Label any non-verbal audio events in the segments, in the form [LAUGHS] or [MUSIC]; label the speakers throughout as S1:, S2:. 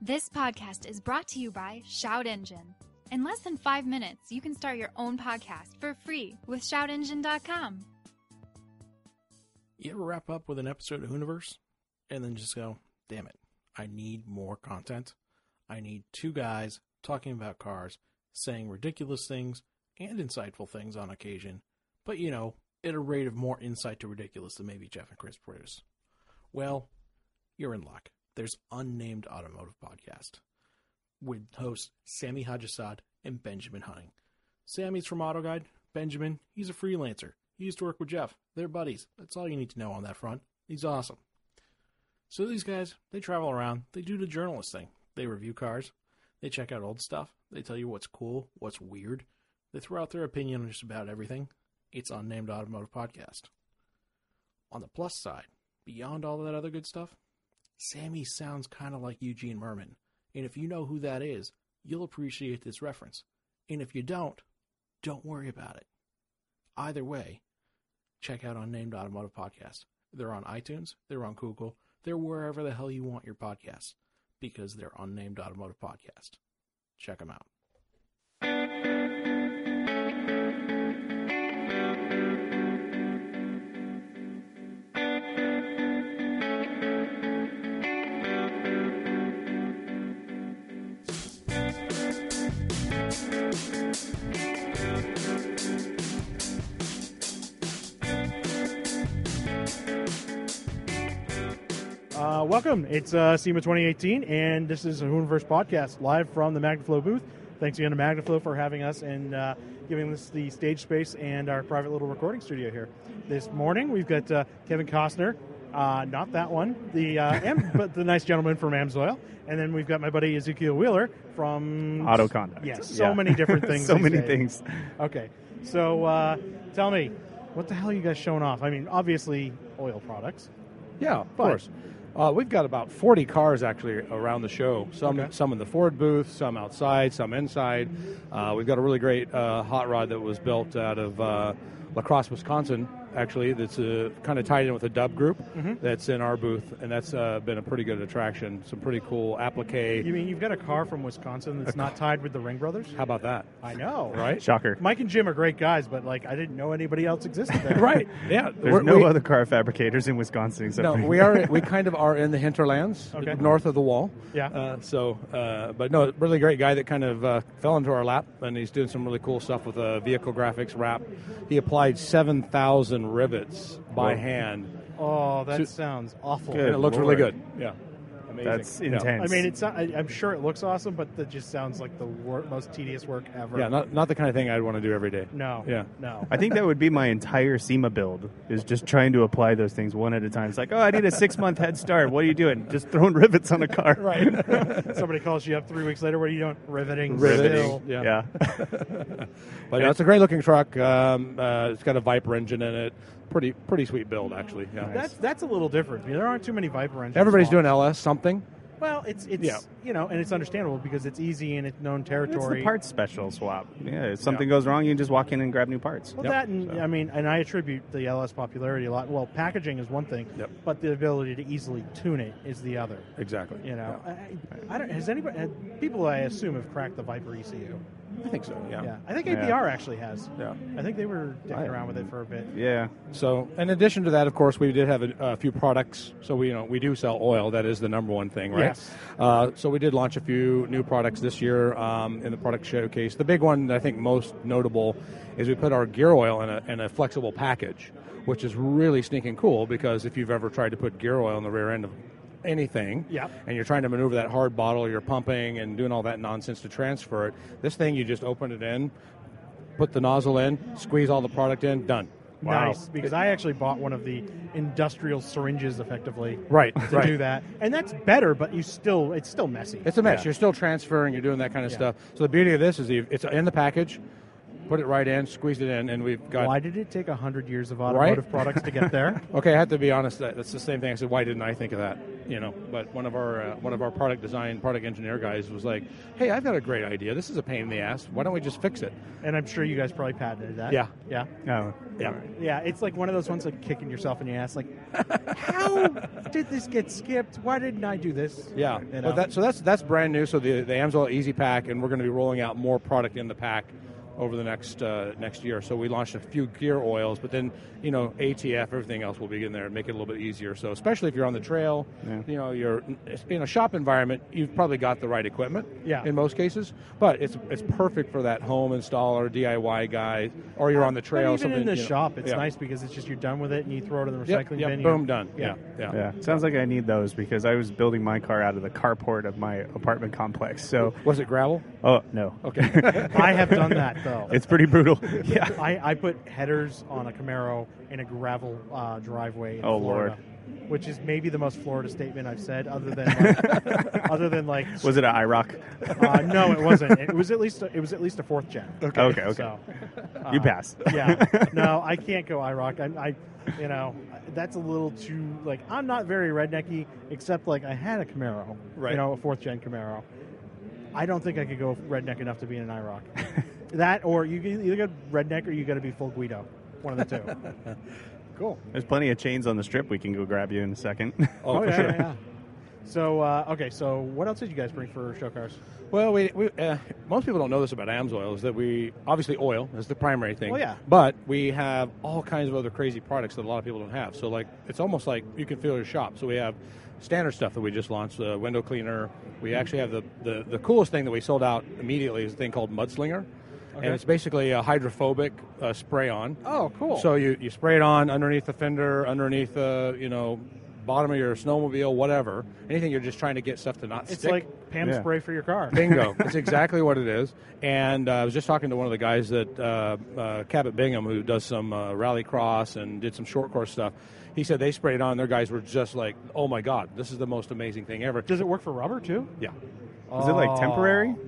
S1: This podcast is brought to you by Shout Engine. In less than five minutes, you can start your own podcast for free with shoutengine.com.
S2: You ever wrap up with an episode of Hooniverse and then just go, damn it, I need more content. I need two guys talking about cars, saying ridiculous things and insightful things on occasion, but you know, at a rate of more insight to ridiculous than maybe Jeff and Chris produce. Well, you're in luck. There's Unnamed Automotive Podcast with hosts Sammy Hajasad and Benjamin Hunting. Sammy's from AutoGuide. Benjamin, he's a freelancer. He used to work with Jeff. They're buddies. That's all you need to know on that front. He's awesome. So these guys, they travel around. They do the journalist thing. They review cars. They check out old stuff. They tell you what's cool, what's weird. They throw out their opinion on just about everything. It's Unnamed Automotive Podcast. On the plus side, beyond all that other good stuff, Sammy sounds kind of like Eugene Merman. And if you know who that is, you'll appreciate this reference. And if you don't, don't worry about it. Either way, check out Unnamed Automotive Podcast. They're on iTunes, they're on Google, they're wherever the hell you want your podcasts because they're Unnamed Automotive Podcast. Check them out.
S3: Uh, welcome. It's uh, SEMA 2018, and this is a Hooniverse podcast live from the MagnaFlow booth. Thanks again to MagnaFlow for having us and uh, giving us the stage space and our private little recording studio here. This morning, we've got uh, Kevin Costner, uh, not that one, the uh, Am- [LAUGHS] but the nice gentleman from Amsoil, and then we've got my buddy Ezekiel Wheeler from
S4: auto conduct.
S3: Yes, so many
S4: [LAUGHS]
S3: different things.
S4: so
S3: these
S4: many
S3: days.
S4: things.
S3: Okay, so uh, tell me, what the hell are you guys showing off? I mean, obviously, oil products.
S5: Yeah, of
S3: Fine.
S5: course. Uh, we've got about 40 cars actually around the show. Some
S3: Okay.
S5: some in the Ford booth, some outside, some inside. Uh, we've got a really great uh, hot rod that was built out of uh, La Crosse, Wisconsin. Actually, that's uh, kind of tied in with a Dub Group that's in our booth, and that's uh, been a pretty good attraction. Some pretty cool applique.
S3: You mean you've got a car from Wisconsin that's not tied with the Ring Brothers?
S5: How about that?
S3: I know,
S5: Right.
S4: Shocker.
S3: Mike and Jim are great guys, but like I didn't know anybody else existed
S5: [LAUGHS]
S3: there.
S5: right. Yeah.
S4: There's
S5: We're-
S4: no
S5: we-
S4: other car fabricators in Wisconsin except
S5: No,
S4: for-
S5: we are. We kind of are in the hinterlands,
S3: Okay.
S5: north of the wall.
S3: Yeah.
S5: Uh, so, uh, but no, really great guy that kind of uh, fell into our lap, and he's doing some really cool stuff with uh, vehicle graphics wrap. He applied seven thousand rivets by
S4: Whoa.
S5: hand,
S3: Oh, that
S5: So-
S3: sounds awful.
S4: Good.
S5: and it looks really
S4: Lord.
S5: good. Yeah. Amazing.
S4: [LAUGHS] That's
S5: Yeah.
S3: I
S4: intense.
S3: mean, it's not, I, I'm sure it looks awesome, but that just sounds like the wor- most tedious work ever.
S5: Yeah. Not not the kind of thing I'd want to do every day.
S3: no.
S5: Yeah.
S3: No. [LAUGHS]
S4: I think that would be my entire SEMA build is just trying to apply those things one at a time. It's like, oh, I need a six month head start. What are you doing? Just throwing rivets on a car. [LAUGHS]
S5: Right. [LAUGHS]
S3: Somebody calls you up three weeks later. What are you doing? Riveting. still.
S5: Riveting. Yeah.
S4: Yeah.
S5: But yeah, it's a great looking truck. Um, uh, it's got a Viper engine in it. Pretty pretty sweet build actually. Yeah.
S3: That's that's a little different. There aren't too many Viper engines.
S5: Everybody's
S3: launched.
S5: doing LS something.
S3: Well, it's it's
S5: Yeah.
S3: you know, and it's understandable because it's easy and it's known
S4: It's
S3: territory.
S4: the parts special swap. Yeah. If something goes wrong, you can just walk in and grab new parts.
S3: Well,
S5: Yep.
S3: that and
S5: So-
S3: I mean, and I attribute the LS popularity a lot. Well, packaging is one thing,
S5: Yep.
S3: but the ability to easily tune it is the other.
S5: Exactly.
S3: You know, I, I don't. Has anybody? Had, people I assume have cracked the Viper ECU.
S5: I think so. Yeah.
S3: Yeah, I think
S4: Yeah.
S3: APR actually has.
S5: Yeah.
S3: I think they were dicking
S4: I-
S3: around with it for a bit.
S4: Yeah.
S5: So, in addition to that, of course, we did have a, a few products. So we, you know, we do sell oil. That is the number one thing, right?
S3: Yes.
S5: Uh, so we did launch a few new products this year um, in the product showcase. The big one, that I think, most notable is we put our gear oil in a, in a flexible package, which is really sneaking cool because if you've ever tried to put gear oil in the rear end of anything,
S3: Yep.
S5: and you're trying to maneuver that hard bottle, you're pumping and doing all that nonsense to transfer it. This thing, you just open it in, put the nozzle in, squeeze all the product in, done.
S3: Nice, because I actually bought one of the industrial syringes, effectively,
S5: Right,
S3: to do that, and that's better. But you still, it's still messy.
S5: It's a mess.
S4: Yeah.
S5: You're still transferring. You're doing that kind of
S3: Yeah.
S5: stuff. So the beauty of this is you- it's in the package. put it right in, squeezed it in, and we've got.
S3: Why did it take 100 years of automotive products to get
S5: [LAUGHS]
S3: there?
S5: Okay, I have to be honest. That, that's the same thing. I said, why didn't I think of that? You know, but one of our uh, one of our product design, product engineer guys was like, hey, I've got a great idea. This is a pain in the ass. Why don't we just fix it?
S3: and I'm sure you guys probably patented that.
S5: Yeah.
S3: Yeah.
S4: Oh,
S5: Yeah.
S3: Yeah, it's like one of those ones like kicking yourself in the ass, like, how did this get skipped? Why didn't I do this?
S5: Yeah,
S3: You know?
S5: but that, so that's that's brand new. So the the Amsoil Easy Pack, and we're going to be rolling out more product in the pack over the next uh, next year. So we launched a few gear oils, but then you know ATF, everything else will be in there and make it a little bit easier. So especially if you're on the trail,
S4: Yeah.
S5: you know, you're in a shop environment, you've probably got the right equipment.
S3: Yeah.
S5: in most cases, but it's it's perfect for that home installer DIY guy, or you're on the trail.
S3: But even
S5: something,
S3: in the
S5: you know.
S3: shop, it's
S5: Yeah.
S3: nice because it's just you're done with it and you throw it in the
S5: Yep,
S3: recycling
S5: yep,
S3: bin. you-
S5: boom, done.
S3: Yeah.
S5: yeah.
S4: yeah. Sounds like I need those because I was building my car out of the carport of my apartment complex. So,
S5: Was it gravel?
S4: oh no,
S5: Okay.
S3: I have done that though.
S4: it's pretty brutal. yeah.
S3: I, I put headers on a Camaro in a gravel uh, driveway. In
S4: Oh,
S3: Florida, Which is maybe the most Florida statement I've said, other than
S5: [LAUGHS]
S3: like, other than like.
S4: [LAUGHS] Was it an IROC?
S3: uh, no, it wasn't. It was at least a, it was at least a fourth gen.
S4: Okay. Okay. Okay.
S3: So,
S4: you
S3: uh,
S4: pass.
S3: yeah.
S5: [LAUGHS]
S3: No, I can't go IROC. I, I, you know, that's a little too like I'm not very rednecky, except like I had a Camaro,
S5: Right.
S3: You know, a fourth gen Camaro. I don't think I could go redneck enough to be in an IROC. [LAUGHS] that or you can either got redneck or you got to be full Guido, one of the two.
S5: [LAUGHS] cool.
S4: There's plenty of chains on the strip. We can go grab you in a second. [LAUGHS]
S5: Oh, for
S3: yeah,
S5: sure.
S3: yeah, yeah. So uh, okay, so what else did you guys bring for show cars?
S5: Well, we, we uh, most people don't know this about AMSOIL is that we obviously oil is the primary thing.
S3: Well, Oh, yeah.
S5: But we have all kinds of other crazy products that a lot of people don't have. So like it's almost like you can fill your shop. So we have standard stuff that we just launched, the window cleaner.
S3: Mm-hmm.
S5: We actually have the, the the coolest thing that we sold out immediately is a thing called Mudslinger, and it's basically a hydrophobic uh, spray on.
S3: Oh, cool.
S5: So you, you spray it on underneath the fender, underneath the you know bottom of your snowmobile, whatever. Anything you're just trying to get stuff to not
S3: it's
S5: stick.
S3: like Pam
S4: Yeah.
S3: spray for your car.
S5: Bingo. [LAUGHS] It's exactly what it is. And uh, I was just talking to one of the guys that uh, uh, Cabot Bingham, who does some uh, rally cross and did some short course stuff. He said they sprayed on. Their guys were just like, "Oh my god, this is the most amazing thing ever."
S3: Does it work for rubber too?
S5: Yeah.
S4: Is it like temporary?
S5: Oh,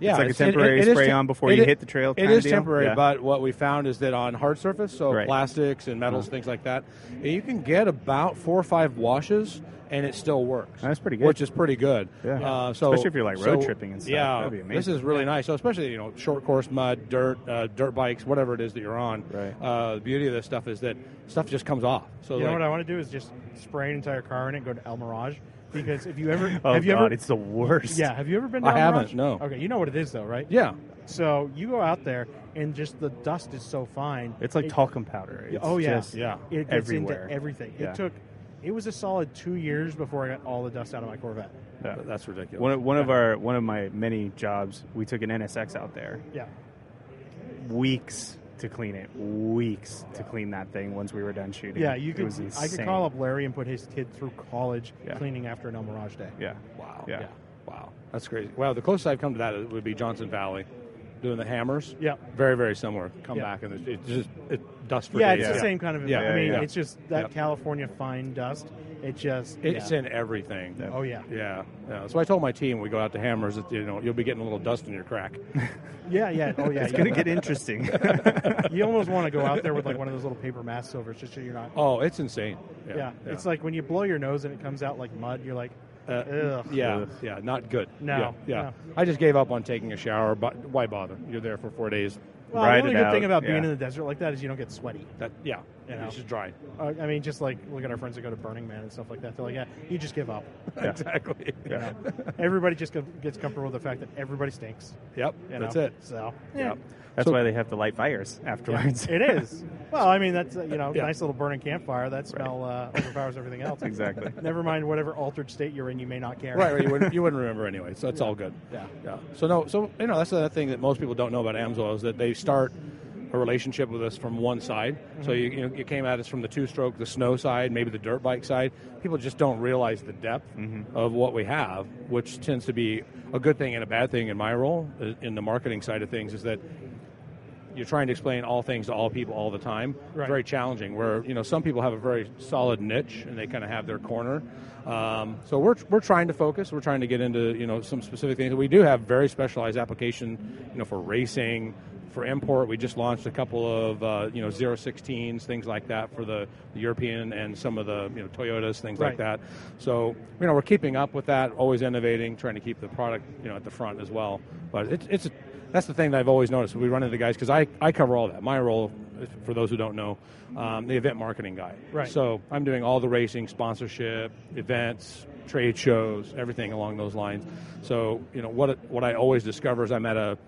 S5: Yeah,
S4: like a
S5: it- it-
S4: temporary
S5: it is
S4: spray
S5: tem-
S4: on before
S5: it
S4: you
S5: i-
S4: hit the trail
S5: It
S4: kinda
S5: is
S4: deal?
S5: temporary,
S4: Yeah.
S5: but what we found is that on hard surface, so
S4: Right.
S5: plastics and metals, things like that, you can get about four or five washes, and it still works.
S4: That's pretty good.
S5: Which is pretty good.
S4: Yeah.
S5: Uh, so
S4: Especially if you're, like, road
S5: so-
S4: tripping and stuff.
S5: Yeah,
S4: That'd be amazing.
S5: this is really nice. So especially you know short course mud, dirt, uh, dirt bikes, whatever it is that you're on.
S4: Right.
S5: Uh, the beauty of this stuff is that stuff just comes off. So
S3: You know
S5: like-
S3: what I want to do is just spray an entire car in it and go to El Mirage because if you
S4: [LAUGHS]
S3: ever
S4: Oh
S3: have you
S4: God,
S3: ever
S4: it's the worst.
S3: yeah have you ever been to
S5: I
S3: El Mirage?
S5: haven't, no.
S3: Okay, you know what it is though, right?
S5: yeah.
S3: So you go out there and just the dust is so fine.
S4: It's like
S3: It-
S4: talcum powder. It's
S3: oh yeah,
S4: just-
S5: yeah.
S3: It gets
S4: everywhere.
S3: into everything.
S4: Yeah.
S3: It took it was a solid two years before I got all the dust out of my Corvette.
S4: yeah.
S5: That's ridiculous.
S4: One of, one of our one of my many jobs, we took an NSX out there.
S3: Yeah.
S4: Weeks to clean it. Weeks to clean that thing once we were done shooting.
S3: Yeah, you
S4: It
S3: could.
S4: was
S3: I could
S4: insane.
S3: call up Larry and put his kid through college
S4: Yeah.
S3: cleaning after an El Mirage day.
S4: Yeah.
S5: Wow.
S4: Yeah.
S5: Wow. That's crazy. Well, the closest I've come to that would be Johnson Valley, doing the hammers.
S3: Yeah,
S5: Very, very similar. Come
S3: Yeah.
S5: back and it's- it's just it dust for
S3: yeah,
S5: days.
S3: it's the same kind of.
S5: Yeah,
S3: I mean,
S4: yeah.
S3: it's just that
S5: Yeah.
S3: California fine dust. It just.
S5: It's
S3: yeah.
S5: in everything.
S3: Oh yeah.
S5: Yeah, yeah. So I told my team when we go out to hammers that you know you'll be getting a little dust in your crack.
S3: Yeah, yeah. Oh yeah.
S4: It's
S3: yeah.
S4: gonna
S3: [LAUGHS]
S4: get interesting.
S3: you almost want to go out there with like one of those little paper masks over, it's just so you're not.
S5: Oh, it's insane.
S3: Yeah. it's like when you blow your nose and it comes out like mud. You're like,
S5: Uh,
S3: Ugh.
S5: yeah, yeah, not good.
S3: No,
S5: yeah, yeah.
S3: no.
S5: I just gave up on taking a shower, but why bother? You're there for four days.
S3: well,
S4: Ride
S3: the only
S4: it
S3: good thing
S4: out,
S3: about being
S4: yeah.
S3: in the desert like that is you don't get sweaty.
S5: That yeah,
S3: Yeah.
S5: it's just dry.
S3: Uh, I mean, just like look at our friends that go to Burning Man and stuff like that. They're like, yeah, you just
S5: [LAUGHS]
S3: give up.
S5: exactly.
S3: You know? everybody just go- gets comfortable with the fact that everybody stinks.
S5: Yep,
S3: You
S5: that's
S3: know?
S5: it.
S3: So
S5: Yeah.
S4: That's
S5: So-
S4: why they have to light fires
S3: yeah,
S4: afterwards.
S3: it is. Well, I mean, that's uh, you know,
S5: Yeah.
S3: nice little burning campfire. That smell uh, overpowers everything
S5: [LAUGHS]
S3: else.
S4: Exactly.
S3: Never mind whatever altered state you're in. You may not care.
S5: Right, right. You
S3: [LAUGHS]
S5: wouldn't, you wouldn't remember anyway, so it's all good.
S3: Yeah.
S5: yeah. So no, so you know that's the other thing that most people don't know about AMSOIL is that they start a relationship with us from one side.
S3: Mm-hmm.
S5: So you you, know, you came at us from the two-stroke, the snow side, maybe the dirt bike side. People just don't realize the depth
S3: Mm-hmm.
S5: of what we have, which tends to be a good thing and a bad thing in my role uh, in the marketing side of things. Is that you're trying to explain all things to all people all the time.
S3: Right.
S5: Very challenging. Where you know some people have a very solid niche and they kind of have their corner. Um, so we're we're trying to focus. We're trying to get into you know some specific things. We do have very specialized application, you know, for racing, for import. We just launched a couple of uh, you know 016s, things like that for the, the European and some of the you know Toyotas, things like
S3: Right.
S5: that. So you know we're keeping up with that, always innovating, trying to keep the product you know at the front as well. But it's it's that's the thing that I've always noticed. We run into guys because I I cover all that. My role, for those who don't know, um, the event marketing guy.
S3: Right.
S5: So I'm doing all the racing, sponsorship, events, trade shows, everything along those lines. So you know what what I always discover is I'm at a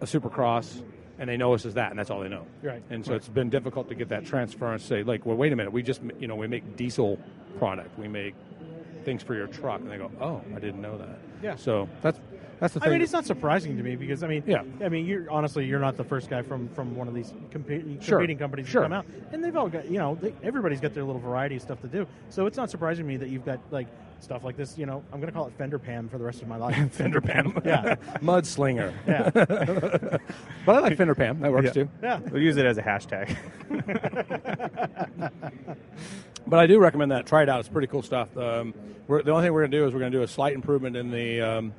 S5: a supercross and they know us as that and that's all they know
S3: Right.
S5: and so it's been difficult to get that transference say like well wait a minute we just you know we make diesel product we make things for your truck and they go oh i didn't know that
S3: Yeah.
S5: so that's that's the
S3: I
S5: thing
S3: mean, it's not surprising to me because I mean,
S5: Yeah.
S3: I mean, you're honestly you're not the first guy from from one of these competing
S5: Sure.
S3: competing companies
S5: Sure.
S3: to come out, and they've all got you know they, everybody's got their little variety of stuff to do. So it's not surprising to me that you've got like stuff like this. You know, I'm going to call it Fender Pam for the rest of my life.
S5: [LAUGHS] [LAUGHS] fender pam
S3: [LAUGHS] Yeah.
S5: mudslinger
S3: yeah,
S5: but i like fender pam that works
S4: Yeah.
S5: too
S3: yeah.
S4: We'll use it as a hashtag.
S5: But I do recommend that. Try it out. It's pretty cool stuff. Um, we're, the only thing we're going to do is we're going to do a slight improvement in the um,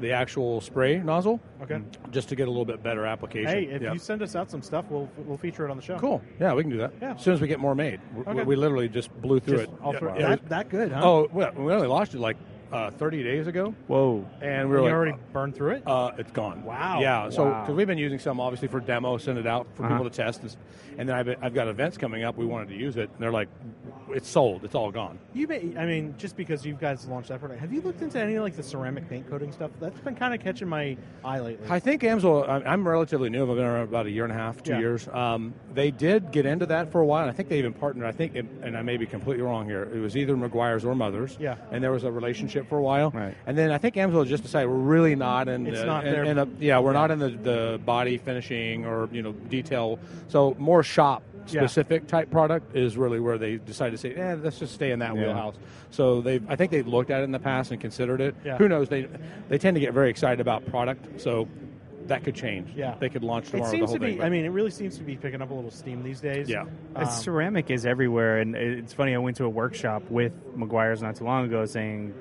S5: the actual spray nozzle.
S3: Okay.
S5: Just to get a little bit better application.
S3: Hey, if
S5: Mm. Yeah.
S3: you send us out some stuff, we'll we'll feature it on the show.
S5: cool. Yeah, we can do that.
S3: Yeah.
S5: As soon as we get more made. We, we-
S3: Okay.
S5: we literally just blew through
S3: Just
S5: it.
S3: all for-
S5: Yeah.
S3: that, that good, huh?
S5: Oh, well, we only launched it like uh, 30 days ago,
S4: Whoa.
S5: and we
S3: you
S5: were like,
S3: already burned through it.
S5: Uh, it's gone.
S3: Wow.
S5: Yeah. So
S4: Wow.
S5: because we've been using some obviously for demo, send it out for
S4: Uh-huh.
S5: people to test, and, s- and then I've, I've got events coming up. We wanted to use it, and they're like, it's sold. It's all gone.
S3: You may, I mean, just because you guys launched that product, have you looked into any like the ceramic paint coating stuff? That's been kind of catching my eye lately.
S5: I think AMSL, I- I'm relatively new. I've been around about a year and a half, two
S3: Yeah.
S5: years. Um, they did get into that for a while, and I think they even partnered. I think, and I may be completely wrong here, it was either McGuire's or Mother's.
S3: Yeah.
S5: And there was a relationship for a while.
S4: Right.
S5: And then I think AMSL just decided we're really not in
S3: It's
S5: the.
S3: not
S5: in-
S3: their-
S5: in a- yeah, we're not in the, the body finishing or, you know, detail. So more shop
S3: Yeah.
S5: specific type product is really where they decided to say, eh, let's just stay in that
S4: Yeah.
S5: wheelhouse. So they, I think they've looked at it in the past and considered it.
S3: Yeah.
S5: Who knows? They they tend to get very excited about product, so that could change.
S3: Yeah.
S5: they could launch
S3: it
S5: tomorrow. the
S3: seems
S5: whole
S3: to be.
S5: thing, but-
S3: I mean, it really seems to be picking up a little steam these days.
S5: Yeah.
S3: Um,
S4: ceramic is everywhere, and it- it's funny. I went to a workshop with McGuire's not too long ago, saying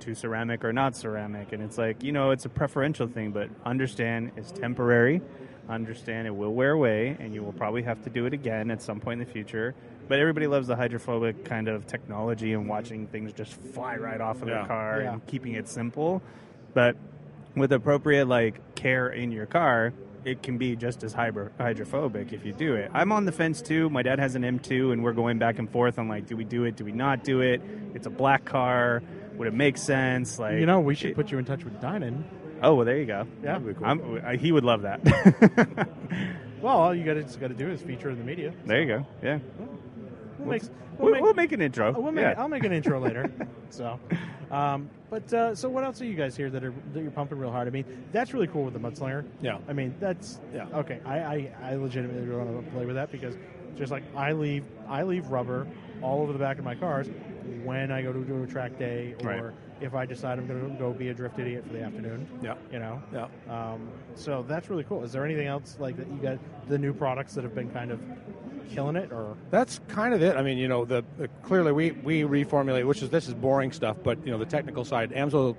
S4: to ceramic or not ceramic, and it's like you know, it's a preferential thing, but understand it's temporary. Understand it will wear away, and you will probably have to do it again at some point in the future. But everybody loves the hydrophobic kind of technology and watching things just fly right off of
S5: Yeah.
S4: the car
S3: Yeah.
S4: and keeping it simple. But with appropriate like care in your car, it can be just as hyper hydrophobic if you do it. I'm on the fence too. My dad has an M2, and we're going back and forth on like, do we do it? Do we not do it? It's a black car. Would it make sense? Like,
S3: you know, we should put you in touch with Dynan.
S4: oh, well, there you go.
S3: Yeah.
S4: I'm, I, he would love that.
S3: Well, all you got to got to do is feature in the media.
S4: there you go. Yeah,
S3: We'll make,
S4: we'll,
S3: we'll
S4: we'll,
S3: make,
S4: make an intro.
S3: we'll make-
S4: yeah.
S3: I'll make an intro
S5: [LAUGHS]
S3: later. So, um, but uh, so what else are you guys here that are that you're pumping real hard? I mean, that's really cool with the mudslinger.
S5: yeah,
S3: I mean, that's
S5: Yeah.
S3: Okay, I, I, I legitimately really want to play with that because just like I leave I leave rubber all over the back of my cars when I go to do a track day or
S4: Right.
S3: if I decide I'm going to go be a drift idiot for the afternoon.
S5: Yeah.
S3: You know.
S5: yeah.
S3: Um, so that's really cool. Is there anything else like that you got the new products that have been kind of killing it or
S5: That's kind of it. I mean, you know, the, the clearly we we reformulate, which is this is boring stuff, but you know, the technical side, AMSL.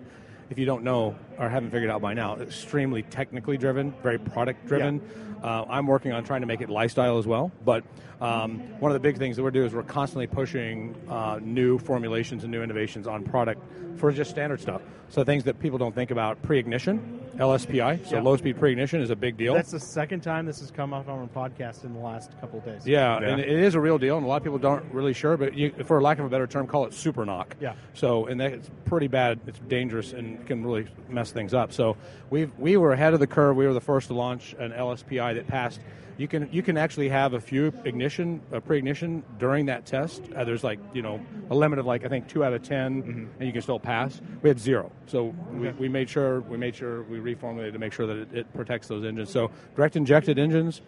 S5: If you don't know or haven't figured out by now, extremely technically driven, very product driven. Uh, I'm working on trying to make it lifestyle as well. But um, one of the big things that we're doing is we're constantly pushing uh, new formulations and new innovations on product for just standard stuff. So things that people don't think about pre-ignition, LSPI, so
S3: Yeah.
S5: low speed pre-ignition is a big deal.
S3: That's the second time this has come up on our podcast in the last couple of days.
S5: Yeah,
S4: Yeah.
S5: and it is a real deal, and a lot of people don't really sure, but you, for lack of a better term, call it super knock.
S3: Yeah.
S5: So, and that's pretty bad. It's dangerous and can really mess things up. So, we we were ahead of the curve. We were the first to launch an LSPI that passed. You can you can actually have a few ignition, a pre-ignition during that test. Uh, there's like you know a limit of like I think two out of 10 and you can still pass. We had zero, so we, we made sure we made sure we reformulated to make sure that it, it protects those engines. So, direct injected engines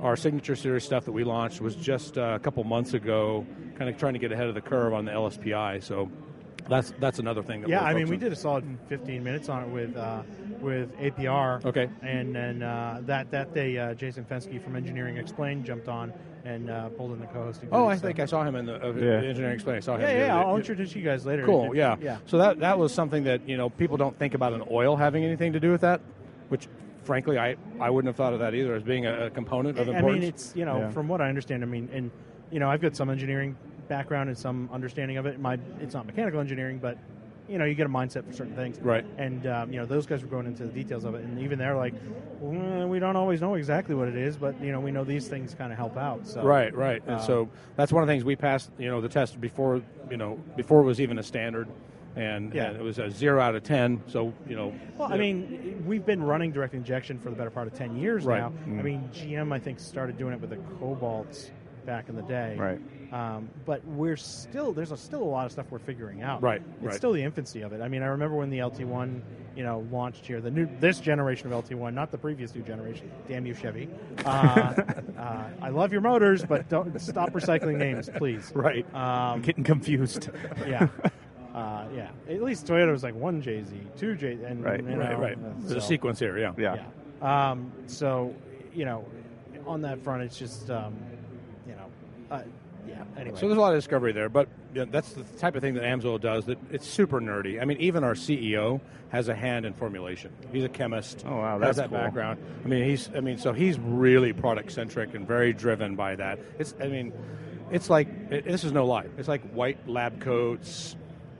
S5: our signature series stuff that we launched was just uh, a couple months ago, kind of trying to get ahead of the curve on the LSPI. So that's that's another thing. That
S3: Yeah,
S5: we're
S3: I mean, we
S5: focusing-
S3: did a solid 15 minutes on it with uh, with APR.
S5: Okay.
S3: And then uh, that that day, uh, Jason Fensky from Engineering Explained jumped on and uh, pulled in the co-hosting.
S5: Oh,
S3: duties,
S5: I
S3: so-
S5: think I saw him in the, uh,
S4: Yeah.
S5: the engineering explain. I saw him.
S3: Yeah,
S5: the
S3: yeah.
S5: other day.
S3: I'll introduce you guys later.
S5: Cool. Yeah.
S3: Yeah.
S5: So that that was something that you know people don't think about an oil having anything to do with that, which frankly, I, I wouldn't have thought of that either as being a, a component of
S3: I mean,
S5: importance.
S3: it's you know,
S4: Yeah.
S3: from what I understand, I mean, and you know, I've got some engineering background and some understanding of it. My it's not mechanical engineering, but you know, you get a mindset for certain things.
S5: right.
S3: And um, you know, those guys were going into the details of it, and even they're like, "Well, we don't always know exactly what it is, but you know, we know these things kind of help out. So
S5: Right, right. And
S3: Um,
S5: so that's one of the things we passed, you know, the test before, you know, before it was even a standard. And,
S3: Yeah.
S5: and it was a zero out of 10. So, you know.
S3: Well, I
S5: yeah.
S3: mean, we've been running direct injection for the better part of ten years
S5: Right.
S3: now. I
S4: Mm.
S3: mean, GM I think started doing it with the Cobalts back in the day.
S4: Right.
S3: Um, but we're still there's a, still a lot of stuff we're figuring out.
S5: Right,
S3: It's
S5: right.
S3: still the infancy of it. I mean, I remember when the LT1, you know, launched here, the new this generation of LT1, not the previous new generation. Damn you, Chevy! Uh,
S5: [LAUGHS]
S3: uh, I love your motors, but don't stop recycling names, please.
S4: Right.
S3: Um,
S4: I'm getting confused.
S3: yeah. Uh, yeah. At least Toyota was like one Jay Z, two Jay Z, and
S4: Right,
S3: you know,
S5: right, right.
S3: uh,
S5: There's a
S3: so-
S5: sequence here, yeah.
S4: yeah.
S3: yeah. Um, so, you know, on that front, it's just, um, you know, uh, yeah. Anyway.
S5: So there's a lot of discovery there, but yeah, that's the type of thing that AMSOIL does. That it's super nerdy. I mean, even our CEO has a hand in formulation. He's a chemist.
S4: Oh, wow,
S5: has
S4: that's
S5: that
S4: cool. [LAUGHS]
S5: background. I mean, he's. I mean, so he's really product centric and very driven by that. It's. I mean, it's like it, this is no lie. It's like white lab coats,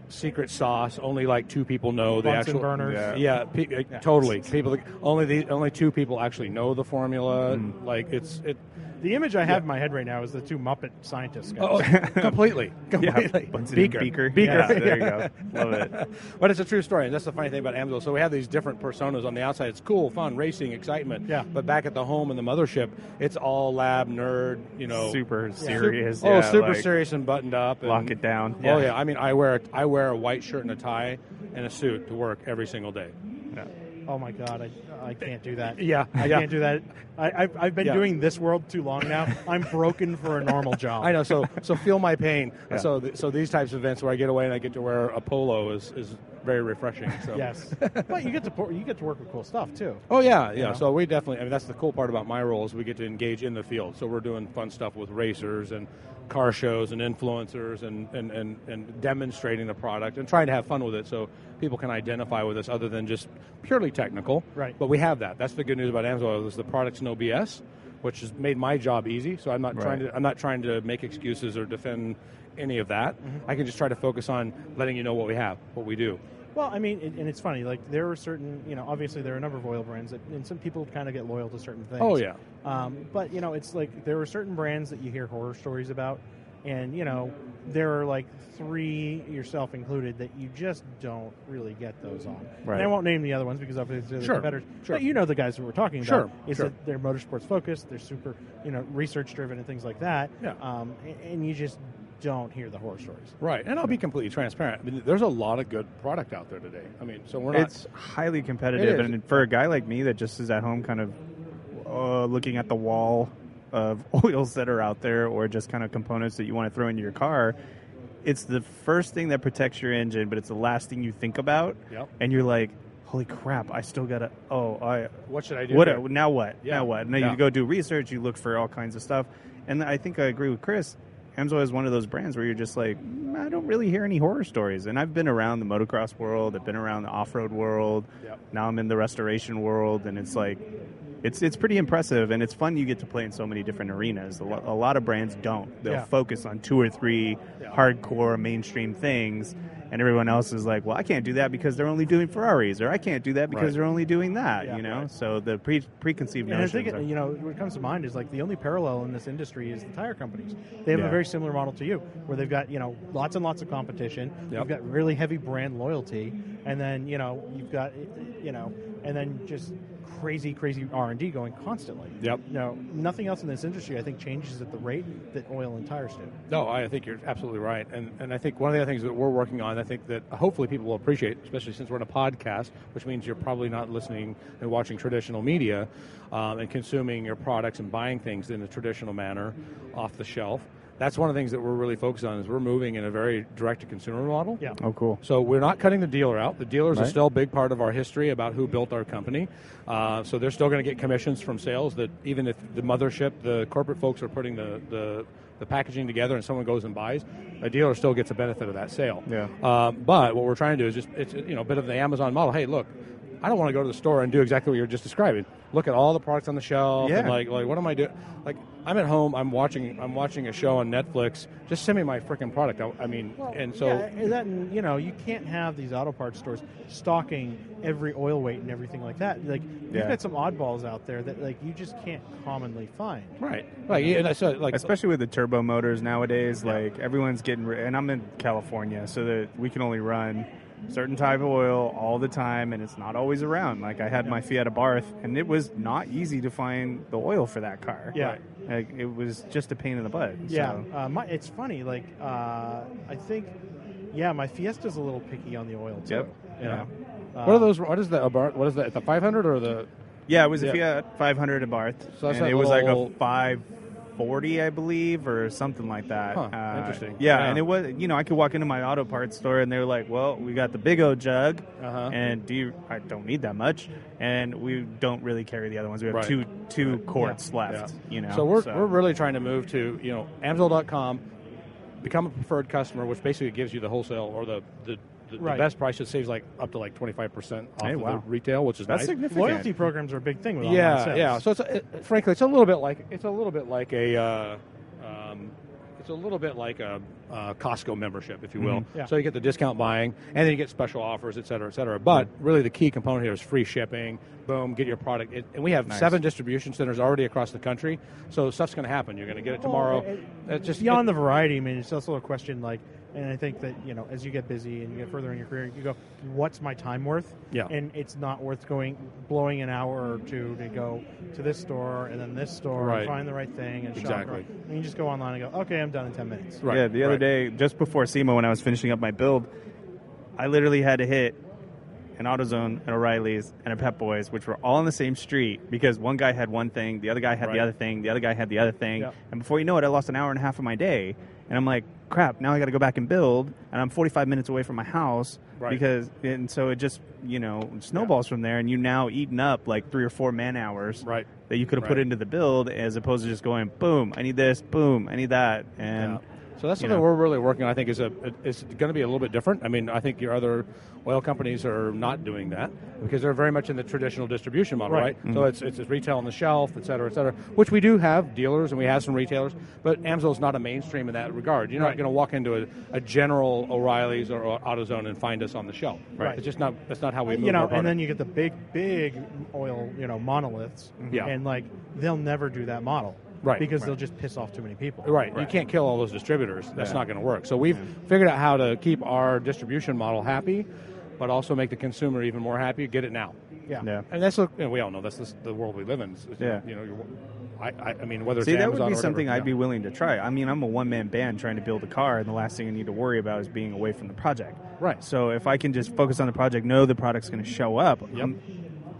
S5: secret sauce. Only like two people know the
S3: Bunsen
S5: actual
S3: burners.
S5: Yeah, yeah, pe- uh, totally. People only the only two people actually know the formula.
S4: Mm.
S5: Like it's
S4: [LAUGHS]
S5: it.
S3: the image I have in my head right now is the two Muppet scientists. Guys.
S5: Oh, completely, [LAUGHS] completely.
S4: Bunsen and
S5: Beaker,
S4: Beaker.
S5: Beaker.
S4: Yeah, there you go. Love it.
S5: [LAUGHS] but it's a true story, and that's the funny thing about Amazon. So we have these different personas on the outside. It's cool, fun, racing, excitement.
S3: Yeah.
S5: But back at the home and the mothership, it's all lab nerd. You know,
S4: super serious.
S5: Oh,
S4: yeah,
S5: super
S4: like,
S5: serious and buttoned up. And,
S4: Lock it down.
S5: Oh yeah. I mean, I wear I wear a white shirt and a tie and a suit to work every single day.
S3: Oh, my God. I, I can't do that.
S5: Yeah,
S3: I
S5: yeah.
S3: can't do that. I, I've, I've been
S5: Yeah.
S3: doing this world too long now. I'm broken for a normal job.
S5: I know.
S4: [LAUGHS]
S5: So so feel my pain.
S4: Yeah.
S5: So th- so these types of events where I get away and I get to wear a polo is is very refreshing. So.
S3: Yes. but you get to por- you get to work with cool stuff, too.
S5: Oh yeah, yeah.
S3: know?
S5: So we definitely. I mean, that's the cool part about my role is we get to engage in the field. So we're doing fun stuff with racers and car shows and influencers and and and, and demonstrating the product and trying to have fun with it so people can identify with us other than just purely technical.
S3: Right.
S5: But we have that. That's the good news about Amazon is the product's no BS, which has made my job easy. So I'm not trying
S4: Right.
S5: to I'm not trying to make excuses or defend any of that.
S3: Mm-hmm.
S5: I can just try to focus on letting you know what we have, what we do.
S3: Well, I mean, and and it's funny. Like there are certain, you know, obviously there are a number of oil brands, that, and some people kind of get loyal to certain things.
S5: Oh yeah.
S3: Um, but you know, it's like there are certain brands that you hear horror stories about, and you know, there are like three, yourself included, that you just don't really get those on.
S4: Right.
S3: And I won't name the other ones because obviously they're
S5: Sure,
S3: competitors.
S5: sure.
S3: But you know the guys that we're talking about.
S5: Sure,
S3: Is
S5: sure.
S3: that they're motorsports focused, they're super, you know, research driven and things like that.
S5: Yeah.
S3: Um, and, and you just don't hear the horror stories.
S5: Right, and I'll be completely transparent. I mean, there's a lot of good product out there today. I mean, so we're not.
S4: It's highly competitive,
S5: It is.
S4: and for a guy like me that just is at home, kind of uh, looking at the wall of [LAUGHS] oils that are out there, or just kind of components that you want to throw into your car. It's the first thing that protects your engine, but it's the last thing you think about,
S5: Yep.
S4: and you're like, "Holy crap! I still gotta. Oh, I
S5: What should I do?
S4: what
S5: here?
S4: now what
S5: Yeah.
S4: now what now
S5: Yeah.
S4: you go do research you look for all kinds of stuff and i think i agree with chris Amsoil is one of those brands where you're just like "Mm, i don't really hear any horror stories and i've been around the motocross world i've been around the off-road world
S5: Yep.
S4: now i'm in the restoration world and it's like it's it's pretty impressive and it's fun you get to play in so many different arenas a, lo- a lot of brands don't they'll
S3: Yeah.
S4: focus on two or three
S5: Yeah.
S4: hardcore mainstream things and everyone else is like well i can't do that because they're only doing ferraris or i can't do that because
S5: Right.
S4: they're only doing that
S3: Yeah.
S4: you know so the pre- preconceived
S3: And I think
S4: notions are-
S3: you know what comes to mind is like the only parallel in this industry is the tire companies. They have a
S4: Yeah.
S3: very similar model to you, where they've got you know lots and lots of competition. You've got really heavy brand loyalty, and then you know you've got you know, and then just crazy, crazy R and D going constantly.
S5: Yep.
S3: You know, nothing else in this industry I think changes at the rate that oil and tires do.
S5: No, I think you're absolutely right, and and I think one of the other things that we're working on, I think that hopefully people will appreciate, especially since we're in a podcast, which means you're probably not listening and watching traditional media, um, and consuming your products and buying things in a traditional manner, off the shelf. That's one of the things that we're really focused on is we're moving in a very direct to consumer model.
S3: Yeah.
S4: oh cool
S5: So we're not cutting the dealer out. The dealers are
S4: Right.
S5: still a big part of our history about who built our company. Uh, so they're still going to get commissions from sales that even if the mothership, the corporate folks are putting the, the, the packaging together and someone goes and buys, a dealer still gets a benefit of that sale. Uh,
S4: Yeah.
S5: Um, but what we're trying to do is just, it's you know, a bit of the Amazon model. Hey, look, I don't want to go to the store and do exactly what you were just describing. Look at all the products on the shelf. and
S4: Yeah.
S5: like, like what am I doing? Like, I'm at home. I'm watching. I'm watching a show on Netflix. Just send me my freaking product. I, I mean, and so
S3: yeah, and that and, you know you can't have these auto parts stores stocking every oil weight and everything like that. Like you've
S4: Yeah.
S3: got some oddballs out there that like you just can't commonly find.
S5: right, like, yeah, and I said, like,
S4: especially with the turbo motors nowadays like everyone's getting ri and i'm in california so that we can only run certain type of oil all the time and it's not always around like i had my fiat abarth and it was not easy to find the oil for that car
S3: Yeah.
S4: like it was just a pain in the butt
S3: Yeah,
S4: so.
S3: uh, my, it's funny. Like uh, I think, yeah, my Fiesta's a little picky on the oil too.
S4: Yep.
S3: you know? Uh,
S5: what are those? What is the Abarth? What is that? The 500 or the?
S4: yeah it was
S5: Yeah.
S4: a fiat 500 abarth
S5: So that's
S4: and
S5: that
S4: it was
S5: little-
S4: like a 540 i believe or something like that Uh,
S5: Huh, interesting.
S4: yeah,
S5: Yeah.
S4: and it was you know i could walk into my auto parts store and they were like well we got the big o jug
S5: Uh-huh.
S4: and do you, I don't need that much, and we don't really carry the other ones. We have
S5: Right.
S4: two two quarts left,
S5: Yeah.
S4: you know.
S5: So we're, we're really trying to move to you know Amazon.com, become a preferred customer, which basically gives you the wholesale or the the, the,
S3: Right.
S5: the best price. It saves like up to like twenty five percent off
S4: Hey,
S5: of
S4: wow.
S5: the retail, which is
S4: that's
S5: nice.
S4: significant.
S3: Loyalty programs are a big thing with online
S5: yeah,
S3: sales.
S5: yeah. So it's a, it, frankly, it's a little bit like it's a little bit like a. Uh, um, it's a little bit like a, uh Costco membership, if you will.
S3: Mm-hmm. Yeah.
S5: So you get the discount buying, and then you get special offers, et cetera, et cetera. But
S3: Mm-hmm.
S5: really, the key component here is free shipping. Boom, get your product. It, and we have
S4: Nice.
S5: seven distribution centers already across the country, so stuff's going to happen. You're going to get it
S3: Well,
S5: tomorrow.
S3: it-
S5: It's just
S3: beyond the variety, I mean, it's also a question like, and I think that you know, as you get busy and you get further in your career, you go, "What's my time worth?"
S5: Yeah.
S3: and it's not worth going blowing an hour or two to go to this store and then this store
S5: Right.
S3: and find the right thing and shop.
S5: Exactly.
S3: around. And you just go online and go, "Okay, I'm done in ten minutes."
S5: right,
S4: yeah. The other
S5: right.
S4: day, just before SEMA, when I was finishing up my build, I literally had to hit an AutoZone, an O'Reilly's, and a Pep Boys, which were all on the same street because one guy had one thing, the other guy had
S5: Right.
S4: the other thing, the other guy had the other thing,
S5: Yep.
S4: and before you know it, I lost an hour and a half of my day, and I'm like, crap, now I got to go back and build, and I'm 45 minutes away from my house
S5: Right.
S4: because, and so it just you know snowballs from there, and you now eating up like three or four man hours,
S5: Right.
S4: That you could have put
S5: Right.
S4: into the build as opposed to just going, boom, I need this, boom, I need that, and.
S5: Yeah. So that's
S4: you
S5: something
S4: know.
S5: we're really working on. I think is a it's going to be a little bit different. I mean, I think your other oil companies are not doing that because they're very much in the traditional distribution model, right?
S3: Right. Mm-hmm.
S5: So it's, it's it's retail on the shelf, et cetera, et cetera. Which we do have dealers and we have some retailers, but Amsoil's not a mainstream in that regard. You're not
S3: Right.
S5: going to walk into a, a general O'Reilly's or AutoZone and find us on the shelf.
S3: Right. Uh,
S5: It's just not that's not how we move
S3: you know,
S5: our
S3: and then
S5: product.
S3: you get the big, big oil, you know, monoliths,
S5: Yeah.
S3: and like they'll never do that model,
S5: Right,
S3: Because
S5: right.
S3: they'll just piss off too many people,
S5: Right. You can't kill all those distributors. That's not going to work. So we've figured out how to keep our distribution model happy, but also make the consumer even more happy. Get it now.
S3: Yeah,
S4: Yeah.
S5: And that's look, you know, we all know that's the, the world we live in. It's-
S4: Yeah.
S5: You know, you're- I, I, I mean, whether
S4: See,
S5: it's
S4: that
S5: Amazon
S4: would be
S5: or
S4: something
S5: whatever,
S4: I'd be willing to try. I mean, I'm a one man band trying to build a car, and the last thing I need to worry about is being away from the project.
S5: Right.
S4: So if I can just focus on the project, know the product's going to show up, um,